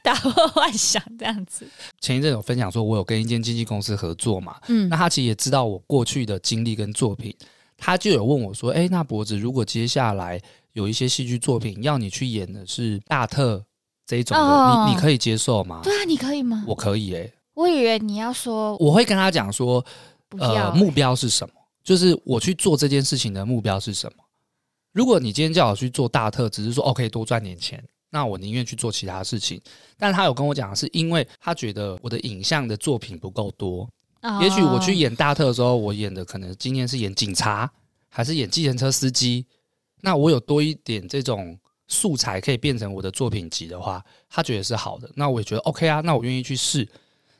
S2: 打破幻想这样子。
S1: 前一阵有分享说，我有跟一间经纪公司合作嘛，
S2: 嗯
S1: 那，他其实也知道我过去的经历跟作品，他就有问我说：“哎、那博子，如果接下来有一些戏剧作品要你去演的是大特这一种的，
S2: 哦
S1: 你你可以接受吗
S2: 对啊，你可以吗？？”
S1: 我可以诶、
S2: 我以为你要说
S1: 我会跟他讲说，
S2: 不要、
S1: 呃，目标是什么？就是我去做这件事情的目标是什么？如果你今天叫我去做大特，只是说哦可以多赚点钱，那我宁愿去做其他事情。但他有跟我讲，是因为他觉得我的影像的作品不够多，
S2: 哦
S1: 也许我去演大特的时候，我演的可能今天是演警察，还是演计程车司机。那我有多一点这种素材可以变成我的作品集的话，他觉得是好的，那我也觉得 OK 啊，那我愿意去试。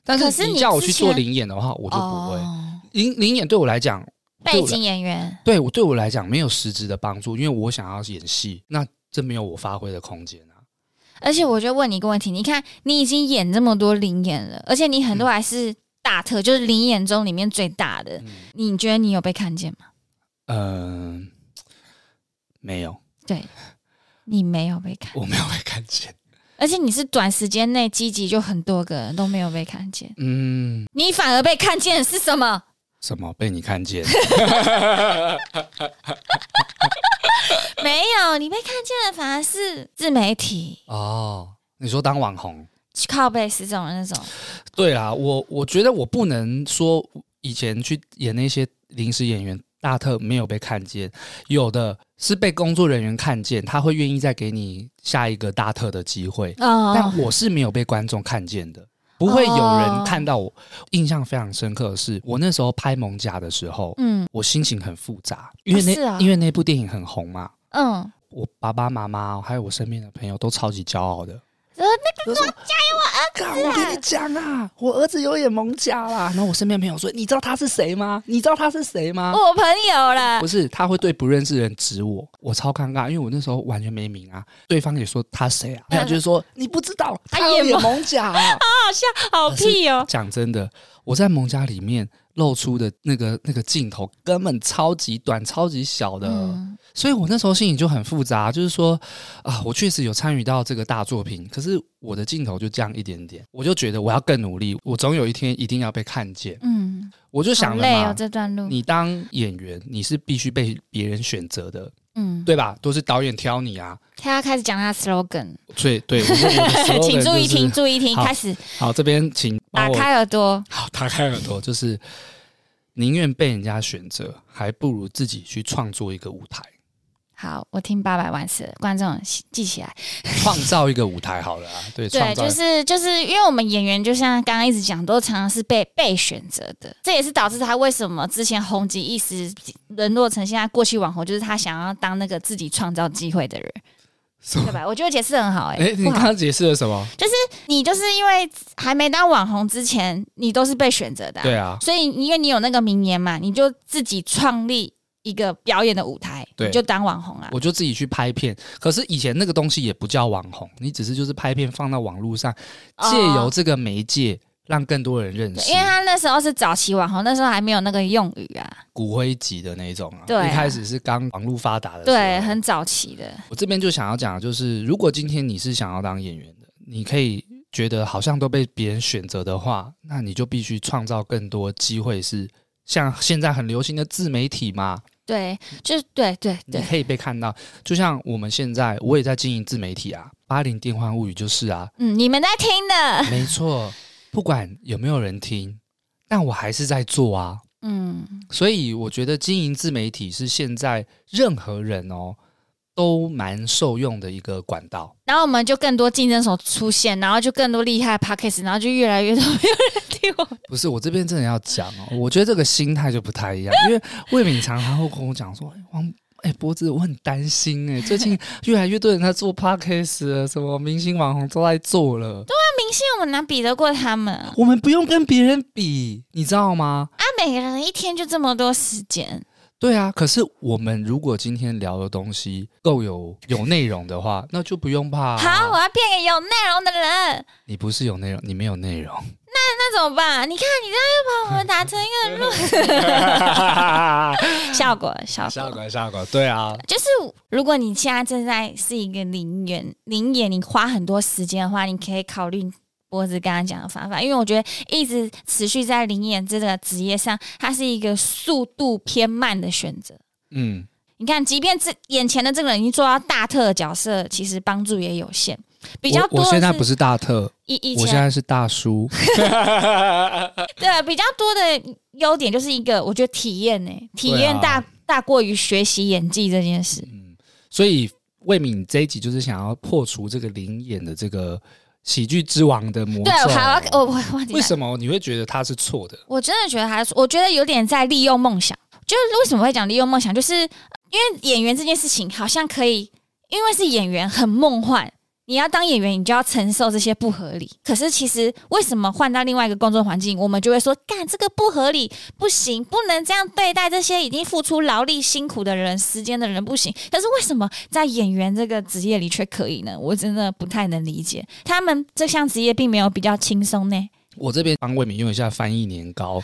S1: 但
S2: 可是
S1: 是
S2: 你
S1: 叫我
S2: 之
S1: 去做
S2: 前
S1: 零演的话，我就不会。
S2: 哦
S1: 零零演对我来讲，
S2: 背景演员，
S1: 对我对我来讲没有实质的帮助，因为我想要演戏，那这没有我发挥的空间啊。
S2: 而且我就问你一个问题，你看你已经演这么多灵演了，而且你很多
S1: 嗯
S2: 还是大特，就是灵演中里面最大的，你觉得你有被看见吗？
S1: 嗯、没有，
S2: 对，你没有被看，
S1: 我没有被看见。
S2: 而且你是短时间内积极就很多个人都没有被看见，
S1: 嗯，
S2: 你反而被看见的是 什么？
S1: 什么被你看见？
S2: 没有，你被看见的反而是自媒体、
S1: 哦，你说当网红？
S2: 靠背是这种那种，
S1: 对啦，我我觉得我不能说以前去演那些临时演员大特没有被看见，有的是被工作人员看见，他会愿意再给你下一个大特的机会。
S2: 哦
S1: 但我是没有被观众看见的，不会有人
S2: 哦
S1: 看到我。印象非常深刻的是，我那时候拍《蒙甲》的时候，
S2: 嗯
S1: 我心情很复杂，因为
S2: 是
S1: 那、
S2: 啊
S1: 因为那部电影很红嘛，
S2: 嗯，
S1: 我爸爸妈妈还有我身边的朋友都超级骄傲的。
S2: 呃
S1: 那个说加油，我儿子！我跟你讲啊，我儿子有演蒙甲啦。然后我身边朋友说，你知道他是谁吗？你知道他是谁吗？
S2: 我哦朋友啦
S1: 不，是，他会对不认识的人指我，我超尴尬，因为我那时候完全没名啊。对方也说他谁啊？朋友就是说你不知道，
S2: 他
S1: 他有
S2: 演
S1: 演蒙甲、啊。
S2: 好笑，好屁 哦。
S1: 讲真的，我在蒙甲里面露出的那个那个镜头根本超级短、超级小的。
S2: 嗯，
S1: 所以我那时候心里就很复杂，就是说啊，我确实有参与到这个大作品，可是我的镜头就这样一点点，我就觉得我要更努力，我总有一天一定要被看见。
S2: 嗯，
S1: 我就
S2: 好
S1: 想了
S2: 累
S1: 嘛，
S2: 哦，这段路。
S1: 你当演员，你是必须被别人选择的，
S2: 嗯，
S1: 对吧？都是导演挑你啊，
S2: 他要开始讲他的 slogan，
S1: 所以对，我就我 的 slogan
S2: 请注意
S1: 就是
S2: 听，。注意听，
S1: 好
S2: 开始
S1: 好，这边请帮
S2: 打
S1: 我
S2: 开耳朵。
S1: 好，打开耳朵，就是宁愿被人家选择，还不如自己去创作一个舞台，
S2: 好，我听八百万次了，观众记起来。
S1: 创造一个舞台好了啊，对，创
S2: 对，
S1: 造
S2: 就
S1: 一个
S2: 是就是因为我们演员就像刚刚一直讲，都常常是被被选择的，这也是导致他为什么之前红极一时，沦落成现在过气网红，就是他想要当那个自己创造机会的人，
S1: 什么
S2: 对吧？我觉得解释得很好、欸，
S1: 哎、你
S2: 不好
S1: 刚刚解释了什么？
S2: 你就是因为还没当网红之前，你都是被选择的、
S1: 对啊，
S2: 所以因为你有那个名言嘛，你就自己创立一一个表演的舞台，
S1: 对
S2: 你就当网红啊。
S1: 我就自己去拍片。可是以前那个东西也不叫网红，你只是就是拍片放到网络上，
S2: 哦
S1: 借由这个媒介让更多人认
S2: 对
S1: 识
S2: 因为他那时候是早期网红，那时候还没有那个用语啊，
S1: 骨灰级的那一种啊。
S2: 对啊
S1: 一开始是刚网络发达的时候。
S2: 对，很早期的，
S1: 我这边就想要讲的就是，如果今天你是想要当演员的，你可以觉得好像都被别人选择的话，那你就必须创造更多机会是。像现在很流行的自媒体嘛，
S2: 对，就是对对
S1: 你
S2: 对，
S1: 可以被看到。就像我们现在，我也在经营自媒体啊，《八零电幻物语》就是啊，
S2: 嗯，你们在听的，
S1: 没错，不管有没有人听，但我还是在做啊。
S2: 嗯，
S1: 所以我觉得经营自媒体是现在任何人哦都蛮受用的一个管道。
S2: 然后我们就更多竞争手出现，然后就更多厉害的 podcast，然后就越来越多没有人听我 们。
S1: 不是，我这边真的要讲哦，我觉得这个心态就不太一样，因为魏敏常常会跟我讲说，哎王。哎、波子，我很担心哎、最近越来越多人在做 podcast 了，什么明星网红都在做了。
S2: 明星我们哪比得过他们啊？
S1: 我们不用跟别人比，你知道吗？
S2: 啊每个人一天就这么多时间，
S1: 对啊，可是我们如果今天聊的东西够有有内容的话，那就不用怕、啊
S2: 好，我，要变个有内容的人，
S1: 你不是有内容，你没有内容。
S2: 那怎么办？你看，你这样又把我们打成 一个效果，效果，
S1: 下管下管，对啊，
S2: 就是如果你现在正在是一个零元零演，你花很多时间的话，你可以考虑波子刚刚讲的方法，因为我觉得一直持续在零演这个职业上，它是一个速度偏慢的选择。
S1: 嗯，
S2: 你看，即便这眼前的这个人已经做到大特的角色，其实帮助也有限。比较
S1: 我
S2: 多
S1: 我
S2: 的
S1: 现在不是大特，
S2: 以以
S1: 我现
S2: 前
S1: 在是大叔。
S2: 对比较多的优点，就是一个我觉得体验呢、体
S1: 对
S2: 验
S1: 啊
S2: 大、大过于学习演技这件事。
S1: 所以魏敏这一集就是想要破除这个灵眼的这个喜剧之王的魔咒。
S2: 对，我还要哦我我忘记
S1: 为什么你会觉得他是错的？
S2: 我真的觉得还是，我觉得有点在利用梦想。就是为什么会讲利用梦想，就是因为演员这件事情好像可以，因为是演员很梦幻。你要当演员，你就要承受这些不合理。可是其实为什么换到另外一个工作环境，我们就会说干这个不合理，不行，不能这样对待这些已经付出劳力、辛苦的人、时间的人，不行。可是为什么在演员这个职业里却可以呢？我真的不太能理解，他们这项职业并没有比较轻松呢。
S1: 我这边帮魏敏用一下翻译年糕。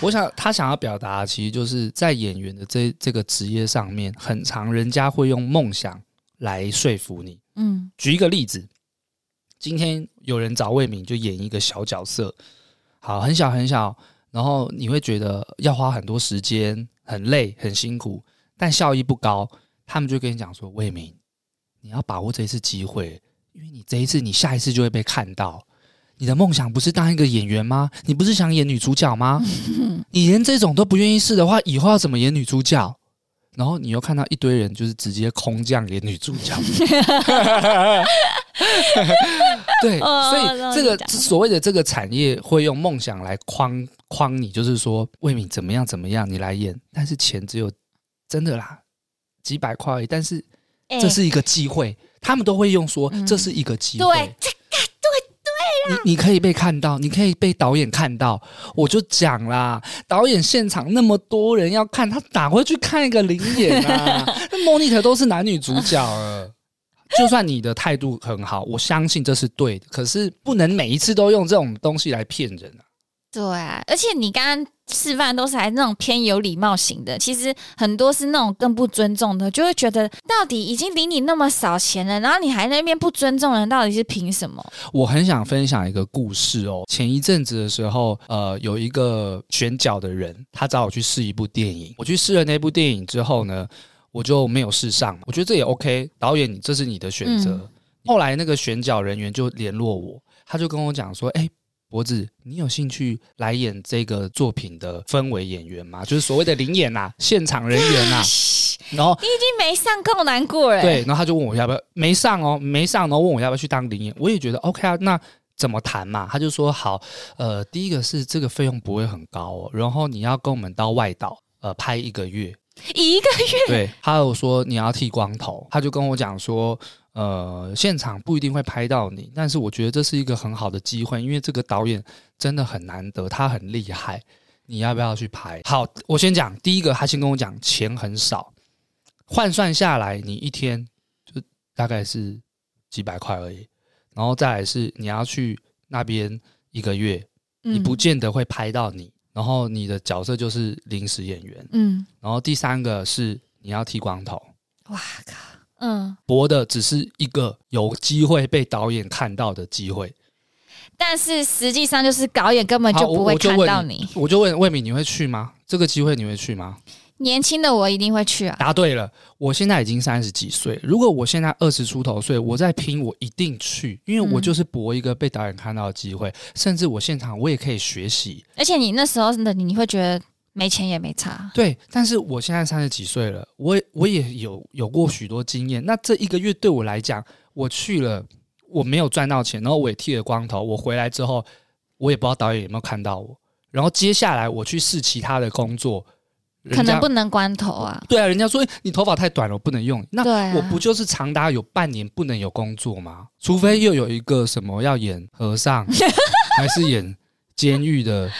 S1: 我想他想要表达，其实就是在演员的这这个职业上面，很常人家会用梦想来说服你。
S2: 嗯
S1: 举一个例子，今天有人找魏敏就演一个小角色，好，很小很小，然后你会觉得要花很多时间，很累，很辛苦，但效益不高。他们就跟你讲说，魏敏，你要把握这一次机会，因为你这一次，你下一次就会被看到。你的梦想不是当一个演员吗？你不是想演女主角 吗？你连这种都不愿意试的话，以后要怎么演女主角？然后你又看到一堆人就是直接空降演女 主角，对，
S2: 哦
S1: 所
S2: 那我
S1: 以这个
S2: 懂
S1: 所谓的这个产业会用梦想来框框你，就是说魏敏怎么样怎么样，你来演，但是钱只有真的啦几百块而已，但是
S2: 哎
S1: 这是一个机会，他们都会用说
S2: 嗯
S1: 这是一个机会。
S2: 对，啊
S1: 你你可以被看到，你可以被导演看到。我就讲啦，导演现场那么多人要看，他哪会去看一个零演 啊？那 monitor 都是男女主角了。就算你的态度很好，我相信这是对的，可是不能每一次都用这种东西来骗人啊。
S2: 对啊，而且你刚刚示范都是还那种偏有礼貌型的，其实很多是那种更不尊重的，就会觉得到底已经领你那么少钱了，然后你还在那边不尊重人，到底是凭什么？
S1: 我很想分享一个故事哦。前一阵子的时候，呃，有一个选角的人，他找我去试一部电影。我去试了那部电影之后呢，我就没有试上。我觉得这也 OK，导演，你这是你的选择。
S2: 嗯
S1: 后来那个选角人员就联络我，他就跟我讲说：“哎、脖子，你有兴趣来演这个作品的氛围演员吗？就是所谓的灵演呐、现场人员 呐、然后
S2: 你已经没上够难过了、
S1: 对，，然后他就问我要不要没上哦，没上，然后问我要不要去当领演，我也觉得 OK 啊，那怎么谈嘛？他就说好，呃，第一个是这个费用不会很高哦，然后你要跟我们到外岛呃拍一个月，
S2: 一个月
S1: 对，他有说你要剃光头，他就跟我讲说。呃，现场不一定会拍到你，但是我觉得这是一个很好的机会，因为这个导演真的很难得，他很厉害。你要不要去拍？好，我先讲第一个，他先跟我讲钱很少，换算下来你一天就大概是几百块而已，然后再来是你要去那边一个月，
S2: 嗯
S1: 你不见得会拍到你，然后你的角色就是临时演员，
S3: 嗯，
S1: 然后第三个是你要剃光头，
S3: 哇靠，
S2: 嗯，
S1: 博的只是一个有机会被导演看到的机会。
S2: 但是实际上就是导演根本
S1: 好
S2: 就
S1: 我
S2: 不会
S1: 我就
S2: 看
S1: 问
S2: 到
S1: 你
S2: 你。
S1: 我就问魏敏，你会去吗？这个机会你会去吗？
S2: 年轻的我一定会去啊，
S1: 答对了，我现在已经三十几岁，如果我现在二十出头岁，我在拼，我一定去，因为我
S2: 嗯
S1: 就是搏一个被导演看到的机会，甚至我现场我也可以学习。
S2: 而且你那时候的你，你会觉得没钱也没差。
S1: 对，但是我现在三十几岁了，我也我也有有过许多经验。那这一个月对我来讲，我去了，我没有赚到钱，然后我也剃了光头，我回来之后，我也不知道导演有没有看到我。然后接下来我去试其他的工作，人
S2: 可能
S1: 家
S2: 不能关头啊，
S1: 对啊，人家说、欸、你头发太短了，我不能用。那
S2: 对啊
S1: 我不就是长达有半年不能有工作吗？除非又有一个什么要演和尚， 还是演监狱的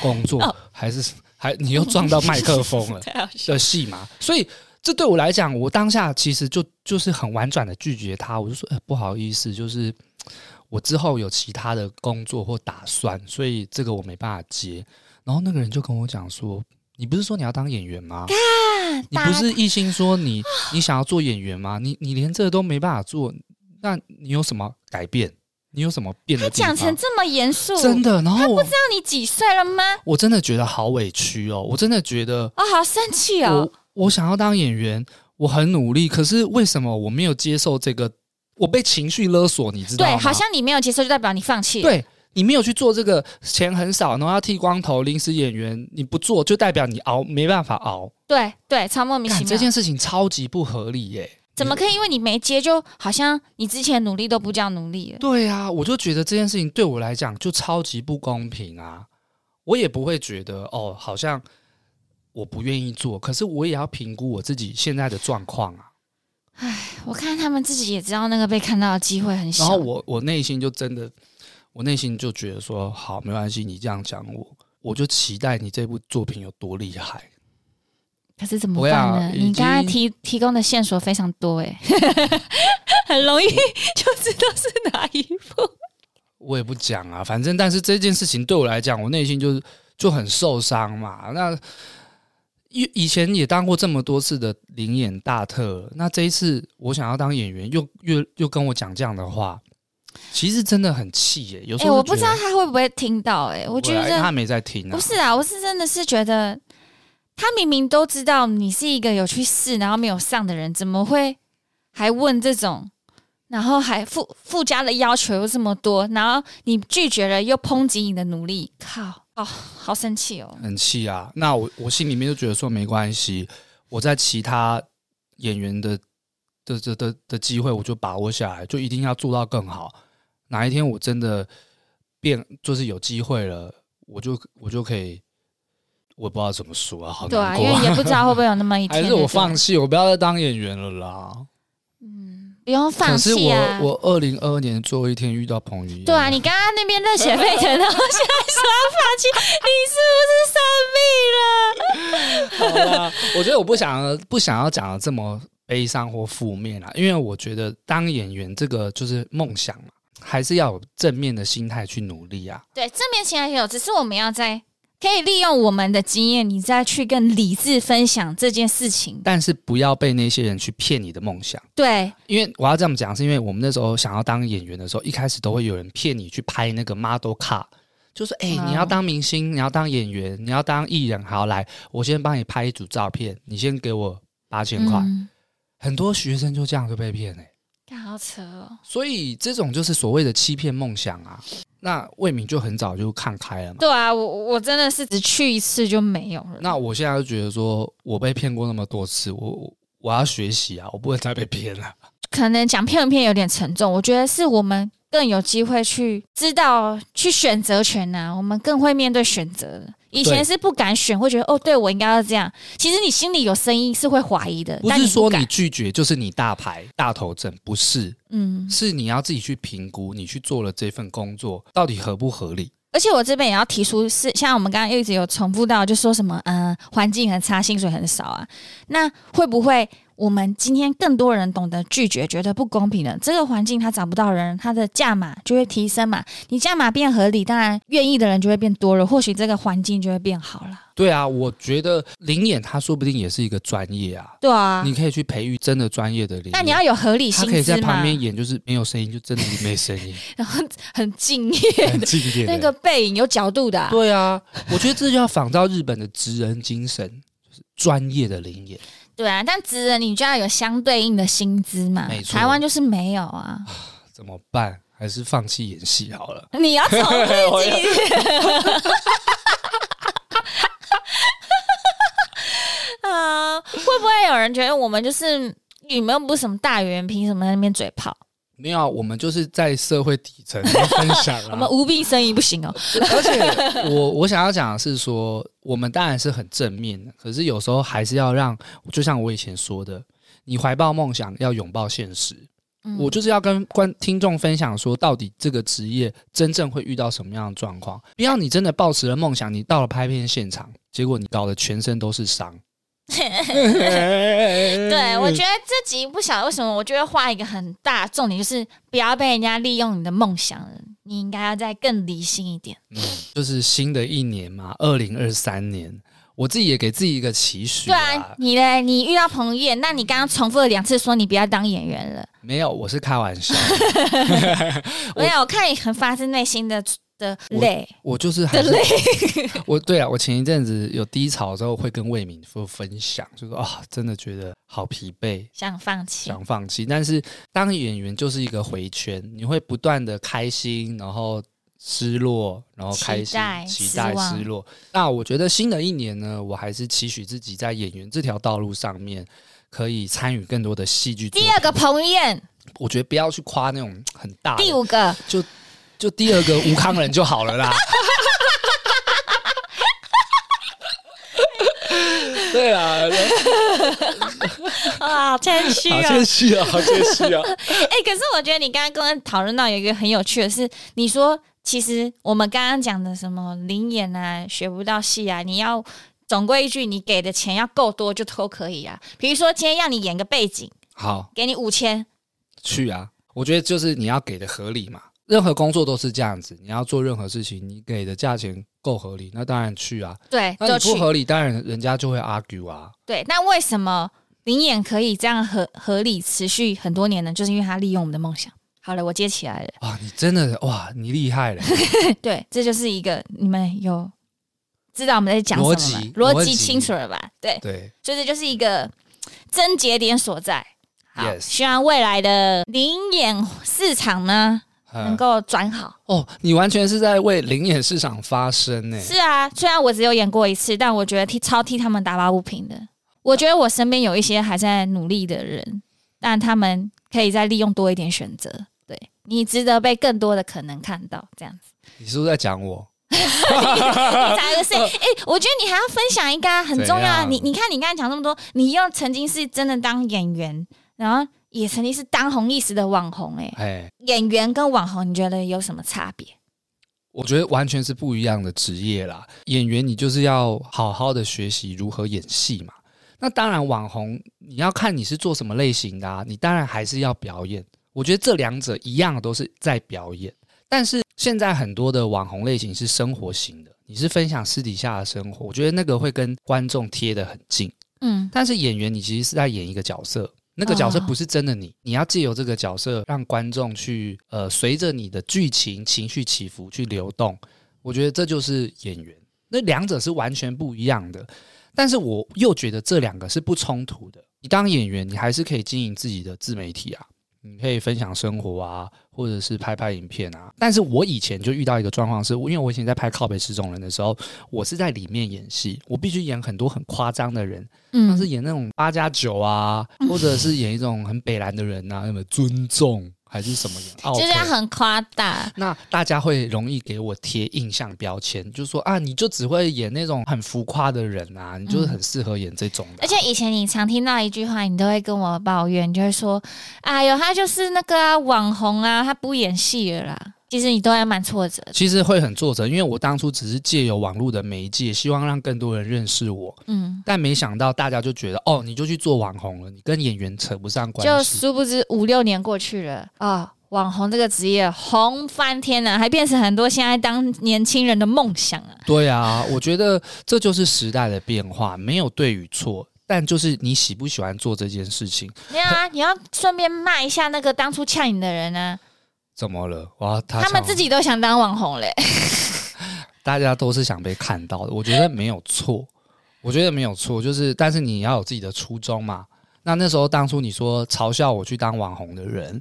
S1: 工作，
S2: 哦
S1: 还是还你又撞到麦克风 了的戏嘛？所以这对我来讲，我当下其实就就是很婉转的拒绝他，我就说、呃不好意思，就是我之后有其他的工作或打算，所以这个我没办法接。然后那个人就跟我讲说：“你不是说你要当演员吗？”你不是一心说你你想要做演员吗？你你连这个都没办法做，那你有什么改变？你有什么变
S2: 他
S1: 的地
S2: 讲
S1: 方？
S2: 成这么严肃，
S1: 真的，然后我
S2: 那你几岁了吗？
S1: 我真的觉得好委屈哦，我真的觉得
S2: 哦，好生气哦
S1: 我！我想要当演员，我很努力，可是为什么我没有接受这个？我被情绪勒索，你知道
S2: 对，
S1: 吗？
S2: 好像你没有接受，就代表你放弃了。
S1: 对你没有去做这个，钱很少，然后要剃光头，临时演员，你不做就代表你熬没办法熬，
S2: 对对，超莫名
S1: 看
S2: 其
S1: 这
S2: 妙。
S1: 件事情超级不合理耶、
S2: 怎么可以？因为你没接，就好像你之前努力都不叫努力了。
S1: 对啊，我就觉得这件事情对我来讲就超级不公平啊！我也不会觉得哦，好像我不愿意做，可是我也要评估我自己现在的状况啊。
S2: 我看他们自己也知道那个被看到的机会很小。
S1: 然后我我内心就真的，我内心就觉得说，好，没关系，你这样讲我，我就期待你这部作品有多厉害。
S2: 可是怎么
S1: 我
S2: 办
S1: 呀
S2: 呢？
S1: 已
S2: 你刚才
S1: 经
S2: 提提供的线索非常 多、欸，很容易就知道是哪一部。
S1: 我也不讲啊，反正但是这件事情对我来讲，我内心就是就很受伤嘛。那以以前也当过这么多次的零演大特了，那这一次我想要当演员，又又又跟我讲这样的话，其实真的很气耶、有
S2: 哎、
S1: 时候、
S2: 我不知道，他会不会听到、欸，哎，我觉得
S1: 他没在听啊
S2: 不。是啊，我是真的是觉得，他明明都知道你是一个有去试然后没有上的人，怎么会还问这种？然后还附附加的要求又这么多，然后你拒绝了，又抨击你的努力，靠！哦，好生气哦！
S1: 很气啊！那我我心里面就觉得说没关系，我在其他演员的的的的的机会，我就把握下来，就一定要做到更好。哪一天我真的变就是有机会了，我就我就可以，我不知道怎么说啊，好
S2: 对啊，
S1: 难
S2: 因
S1: 过、
S2: 为也不知道会不会有那么一天。
S1: 还是我放
S2: 弃，
S1: 弃，我不要再当演员了啦。
S2: 不用放
S1: 可是
S2: 弃
S1: 我
S2: 啊！
S1: 我二零二二年最后一天遇到彭于晏，
S2: 对啊，你刚刚那边热血沸腾，然后现在说要放弃，你是不是生病
S1: 好
S2: 了？
S1: 啦，我觉得我不想不想要讲的这么悲伤或负面啦，因为我觉得当演员这个就是梦想嘛，还是要有正面的心态去努力啊。
S2: 对，正面情感也有，只是我们要在可以利用我们的经验，你再去更理智分享这件事情。
S1: 但是不要被那些人去骗你的梦想，
S2: 对，
S1: 因为我要这样讲，是因为我们那时候想要当演员的时候，一开始都会有人骗你去拍那个 model car。就说：“哎、
S2: 哦
S1: 你要当明星，你要当演员，你要当艺人，好来，我先帮你拍一组照片，你先给我八千块。
S2: 嗯，
S1: 很多学生就这样就被骗了。
S2: 干好扯哦。
S1: 所以这种就是所谓的欺骗梦想啊。那魏敏就很早就看开了嘛。
S2: 对啊，我我真的是只去一次就没有了。
S1: 那我现在就觉得说，我被骗过那么多次，我我我要学习啊，我不能再被骗了。
S2: 可能讲片片有点沉重，我觉得是我们更有机会去知道去选择权呐、我们更会面对选择了。以前是不敢选，会觉得哦，对我应该要这样。其实你心里有声音是会怀疑的，
S1: 不
S2: 但
S1: 是说
S2: 敢
S1: 你拒绝就是你大牌大头症，不是，
S2: 嗯，
S1: 是你要自己去评估，你去做了这份工作到底合不合理。
S2: 而且我这边也要提出是，像我们刚刚一直有重复到，就说什么呃环境很差，薪水很少啊，那会不会我们今天更多人懂得拒绝，觉得不公平了？这个环境他找不到人，他的价码就会提升嘛，你价码变合理，当然愿意的人就会变多了，或许这个环境就会变好了。
S1: 对啊，我觉得灵眼他说不定也是一个专业啊，
S2: 对啊，
S1: 你可以去培育真的专业的灵眼。
S2: 那你要有合理
S1: 他
S2: 薪
S1: 可以在
S2: 资
S1: 旁
S2: 嘛，
S1: 边演，就是没有声音，就真的没声 音，
S2: 然后很敬业
S1: 很
S2: 的，
S1: 敬业的
S2: 那个背影有角度的啊、
S1: 对啊，我觉得这就要仿照日本的职人精神， 就是专业的灵眼。
S2: 对啊，但职人你就要有相对应的薪资嘛
S1: 没。错
S2: 台湾就是没有啊，
S1: 怎么办？还是放弃演戏好了。
S2: 你要从 自己。啊，会不会有人觉得我们就是你们不是什么大圆，凭什么在那边嘴炮？
S1: 没有啊，我们就是在社会底层分享
S2: 我们
S1: 啊。
S2: 无病呻吟不行哦。
S1: 而且我我想要讲的是说，我们当然是很正面的，可是有时候还是要让，就像我以前说的，你怀抱梦想要拥抱现实。
S2: 嗯
S1: 我就是要跟观听众分享说，到底这个职业真正会遇到什么样的状况？不要你真的抱持了梦想，你到了拍片现场，结果你搞得全身都是伤。对 嗯
S2: 对，我觉得这集不晓得为什么，我就会画一个很大重点，就是不要被人家利用你的梦想了，你应该要再更理性一点。
S1: 嗯 就是新的一年嘛，二零二三年，我自己也给自己一个期许
S2: 对啊，你嘞，你遇到彭于晏，那你刚刚重复了两次说你不要当演员了。
S1: 没有，我是开玩笑，我
S2: 没有，我看你很发自内心的的
S1: 我
S2: 累
S1: 我就是还
S2: 的
S1: 是
S2: 累，
S1: 我对啊，我前一阵子有低潮之后，会跟魏敏说分享，就说啊、真的觉得好疲惫，
S2: 想放弃。
S1: 想放弃。但是当演员就是一个回圈，你会不断的开心，然后失落，然后开
S2: 期
S1: 心
S2: 待、
S1: 期
S2: 失
S1: 待、
S2: 望
S1: 失落。那我觉得新的一年呢，我还是期许自己在演员这条道路上面可以参与更多的戏剧作
S2: 第
S1: 品。
S2: 二个彭于晏，
S1: 我觉得不要去夸那种很大的，
S2: 第五个，
S1: 就第二个吴康仁就好了啦。 对啊，
S2: 啊，好谦虚
S1: 好
S2: 哦。
S1: 谦虚啊，好谦虚啊。
S2: 哎、可是我觉得你刚刚跟我讨论到有一个很有趣的是，你说其实我们刚刚讲的什么灵眼啊，学不到戏啊，你要总归一句，你给的钱要够多就都可以啊。比如说今天要你演个背景，
S1: 好，
S2: 给你五千，
S1: 去啊！我觉得就是你要给的合理嘛，任何工作都是这样子，你要做任何事情，你给的价钱够合理，那当然去啊。
S2: 对，
S1: 那
S2: 就
S1: 你不
S2: 去。
S1: 合理，当然人家就会 argue 啊。
S2: 对，那为什么灵眼可以这样合合理持续很多年呢？就是因为他利用我们的梦想。好了，我接起来了。
S1: 哇，你真的哇，你厉 害了，
S2: 对，这就是一个你们有知道我们在讲什
S1: 逻
S2: 么
S1: 辑
S2: 吗？
S1: 逻
S2: 逻
S1: 辑
S2: 辑清楚了吧？对，
S1: 对，
S2: 所以这就是一个症结点所在。好
S1: Yes
S2: 希望未来的灵眼市场呢能
S1: 嗯，
S2: 够转好。
S1: 哦，你完全是在为灵眼市场发声欸呢、
S2: 是啊，虽然我只有演过一次，但我觉得替超替他们打抱不平的。我觉得我身边有一些还在努力的人，但他们可以再利用多一点选择。对你值得被更多的可能看到，这样子。
S1: 你是不是在讲我？
S2: 你找 一个谁？哎、我觉得你还要分享一个、啊、很重要
S1: 怎
S2: 啊。
S1: 样
S2: 你你看，你刚才讲这么多，你又曾经是真的当演员，然后也曾经是当红一时的网红、哎，
S1: 哎，
S2: 演员跟网红，你觉得有什么差别？
S1: 我觉得完全是不一样的职业啦。演员你就是要好好的学习如何演戏嘛。那当然，网红你要看你是做什么类型的啊，你当然还是要表演。我觉得这两者一样都是在表演，但是现在很多的网红类型是生活型的，你是分享私底下的生活，我觉得那个会跟观众贴得很近。
S2: 嗯，
S1: 但是演员你其实是在演一个角色，那个角色不是真的你，你要借由这个角色让观众去呃随着你的剧情情绪起伏去流动，我觉得这就是演员，那两者是完全不一样的。但是我又觉得这两个是不冲突的。你当演员，你还是可以经营自己的自媒体啊，你可以分享生活啊，或者是拍拍影片啊。但是我以前就遇到一个状况是，因为我以前在拍《靠北失踪人》的时候，我是在里面演戏，我必须演很多很夸张的人，像
S2: 嗯
S1: 是演那种八加九啊，或者是演一种很北蓝的人啊，什么尊重还是什么人，傲
S2: 就是要
S1: 配
S2: 很夸大，
S1: 那大家会容易给我贴印象标签，就说啊，你就只会演那种很浮夸的人啊，你就是很适合演这种的啊、
S2: 嗯而且以前你常听到一句话，你都会跟我抱怨，你就会说：“哎呦，他就是那个啊、网红啊，他不演戏了啦。”其实你都还蛮挫折的。
S1: 其实会很挫折，因为我当初只是借由网络的媒介，希望让更多人认识我，
S2: 嗯，
S1: 但没想到大家就觉得哦，你就去做网红了，你跟演员扯不上关
S2: 就
S1: 系。
S2: 殊不知五六年过去了啊、网红这个职业红翻天了、还变成很多现在当年轻人的梦想啊。
S1: 对啊，我觉得这就是时代的变化，没有对与错，但就是你喜不喜欢做这件事情。
S2: 没有啊，你要顺便骂一下那个当初呛你的人啊，
S1: 怎么了？哇，他
S2: 他们
S1: 想
S2: 自己都想当网 红嘞。
S1: 大家都是想被看到的，我觉得没有错，我觉得没有错，就是但是你要有自己的初衷嘛。那那时候当初你说嘲笑我去当网红的人，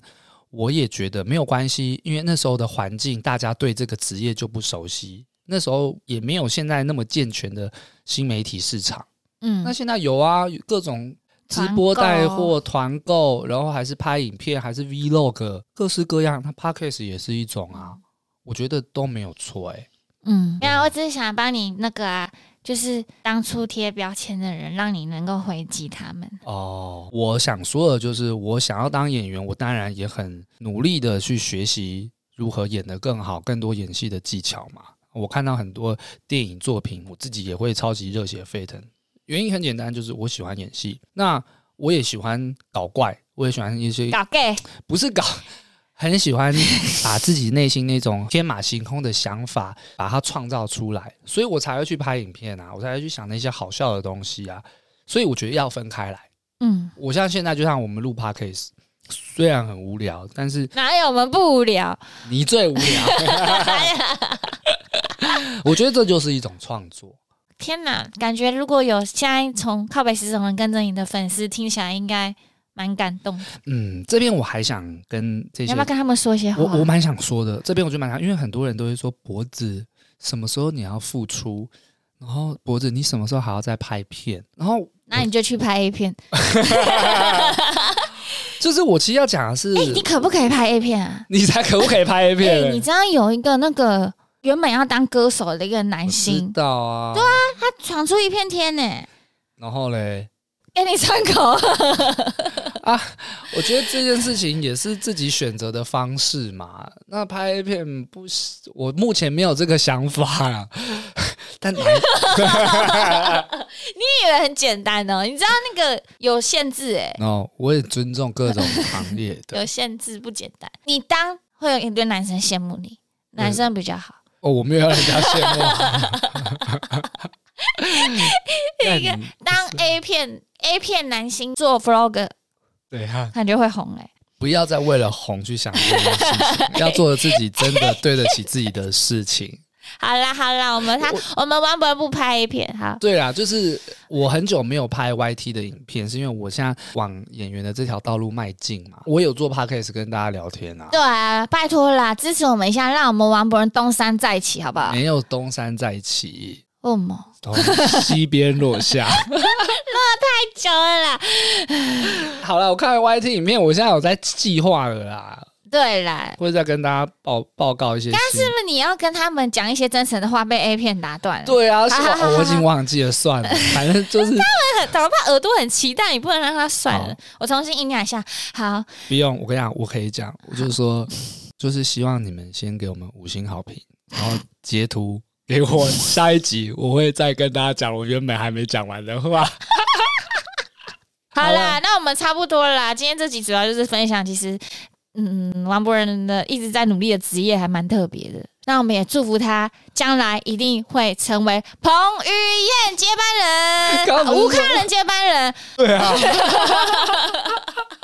S1: 我也觉得没有关系，因为那时候的环境大家对这个职业就不熟悉，那时候也没有现在那么健全的新媒体市场。
S2: 嗯
S1: 那，现在有啊，各种直播带货、团购，然后还是拍影片，还是 Vlog，各式各样。那 Podcast 也是一种啊，我觉得都没有错哎、
S2: 嗯，没有，我只是想帮你那个啊，就是当初贴标签的人，让你能够回击他们。
S1: 哦，我想说的就是，我想要当演员，我当然也很努力的去学习如何演得更好，更多演戏的技巧嘛。我看到很多电影作品，我自己也会超级热血沸腾。原因很简单，就是我喜欢演戏，那我也喜欢搞怪，我也喜欢一些
S2: 搞 gay，
S1: 不是搞，很喜欢把自己内心那种天马行空的想法，把它创造出来，所以我才会去拍影片啊，我才会去想那些好笑的东西啊，所以我觉得要分开来。
S2: 嗯，
S1: 我像现在就像我们录 podcast，虽然很无聊，但是
S2: 哪有我们不 无聊？
S1: 你最无 聊。我觉得这就是一种创作。
S2: 天哪，感觉如果有现在从靠北十种人跟着你的粉丝，听起来应该蛮感动的。
S1: 嗯，这边我还想跟这
S2: 你
S1: 些
S2: 要不要，跟他们说一些话？
S1: 我我蛮想说的，这边我就蛮想，因为很多人都会说脖子什么时候你要付出，然后脖子你什么时候还要再拍片，然后
S2: 那你就去拍 A 片。
S1: 就是我其实要讲的是，
S2: 哎、你可不可以拍 A 片啊？
S1: 你才可不可以拍 A
S2: 哎、
S1: 片？
S2: 你知道有一个那个原本要当歌手的一个
S1: 我
S2: 男
S1: 知
S2: 星，
S1: 道啊，对啊，
S2: 他闯出一片天呢、
S1: 然后嘞。
S2: 给你窗口。
S1: 我觉得这件事情也是自己选择的方式嘛。那拍 A 片不是，我目前没有这个想法、啊， 但男
S2: 你以为很简单哦？你知道那个有限制哎、
S1: 哦，我也尊重各种行业的
S2: 有。限制不简单。你当会有一堆男生羡慕你，
S1: 嗯
S2: 男生比较好。
S1: 哦，我没有让人家羡慕啊。 但
S2: 一个
S1: 你
S2: 当 A 片 A 片男星做 vlog，
S1: 对啊，
S2: 感觉会红哎、
S1: 不要再为了红去想这件事情，要做自己真的对得起自己的事情。
S2: 好啦好啦，我们他
S1: 我
S2: 我们玩不玩不拍 A 片哈？
S1: 对啦，就是我很久没有拍 YT 的影片，是因为我现在往演员的这条道路迈进嘛。我有做 podcast 跟大家聊天啊，
S2: 对啊，拜托啦，支持我们一下，让我们玩不人东山再起好不好？
S1: 没有东山再起，
S2: 哦么？
S1: 从西边落下。
S2: 太久了啦，
S1: 好了，我看完 YT 影片，我现在有在计划了啦，
S2: 对啦。
S1: 会再跟大家报报告一些新。
S2: 但是不是你要跟他们讲一些真诚的话，被 A 片打断了？
S1: 对啊，是
S2: 好好好
S1: 我我已经忘记了，算了，反正就是
S2: 哪怕耳朵很期待，你不能让它算
S1: 好
S2: 了。我重新酝酿一下。好，
S1: 不用。我跟你讲，我可以讲，我就是说，就是希望你们先给我们五星好评，然后截图给我下一集，我会再跟大家讲我原本还没讲完的话。
S2: 好
S1: 好
S2: 啦，
S1: 啊
S2: 那我们差不多了啦。今天这集主要就是分享，其实，嗯，王博仁的一直在努力的职业还蛮特别的。那我们也祝福他将来一定会成为彭于晏接
S1: 刚
S2: 班人，
S1: 刚
S2: 啊
S1: 不是
S2: 吴康仁接班人。
S1: 对啊，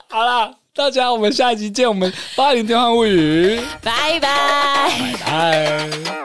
S1: 好啦，大家我们下一集见，我们八零电话物语，
S2: 拜拜。
S1: 拜拜。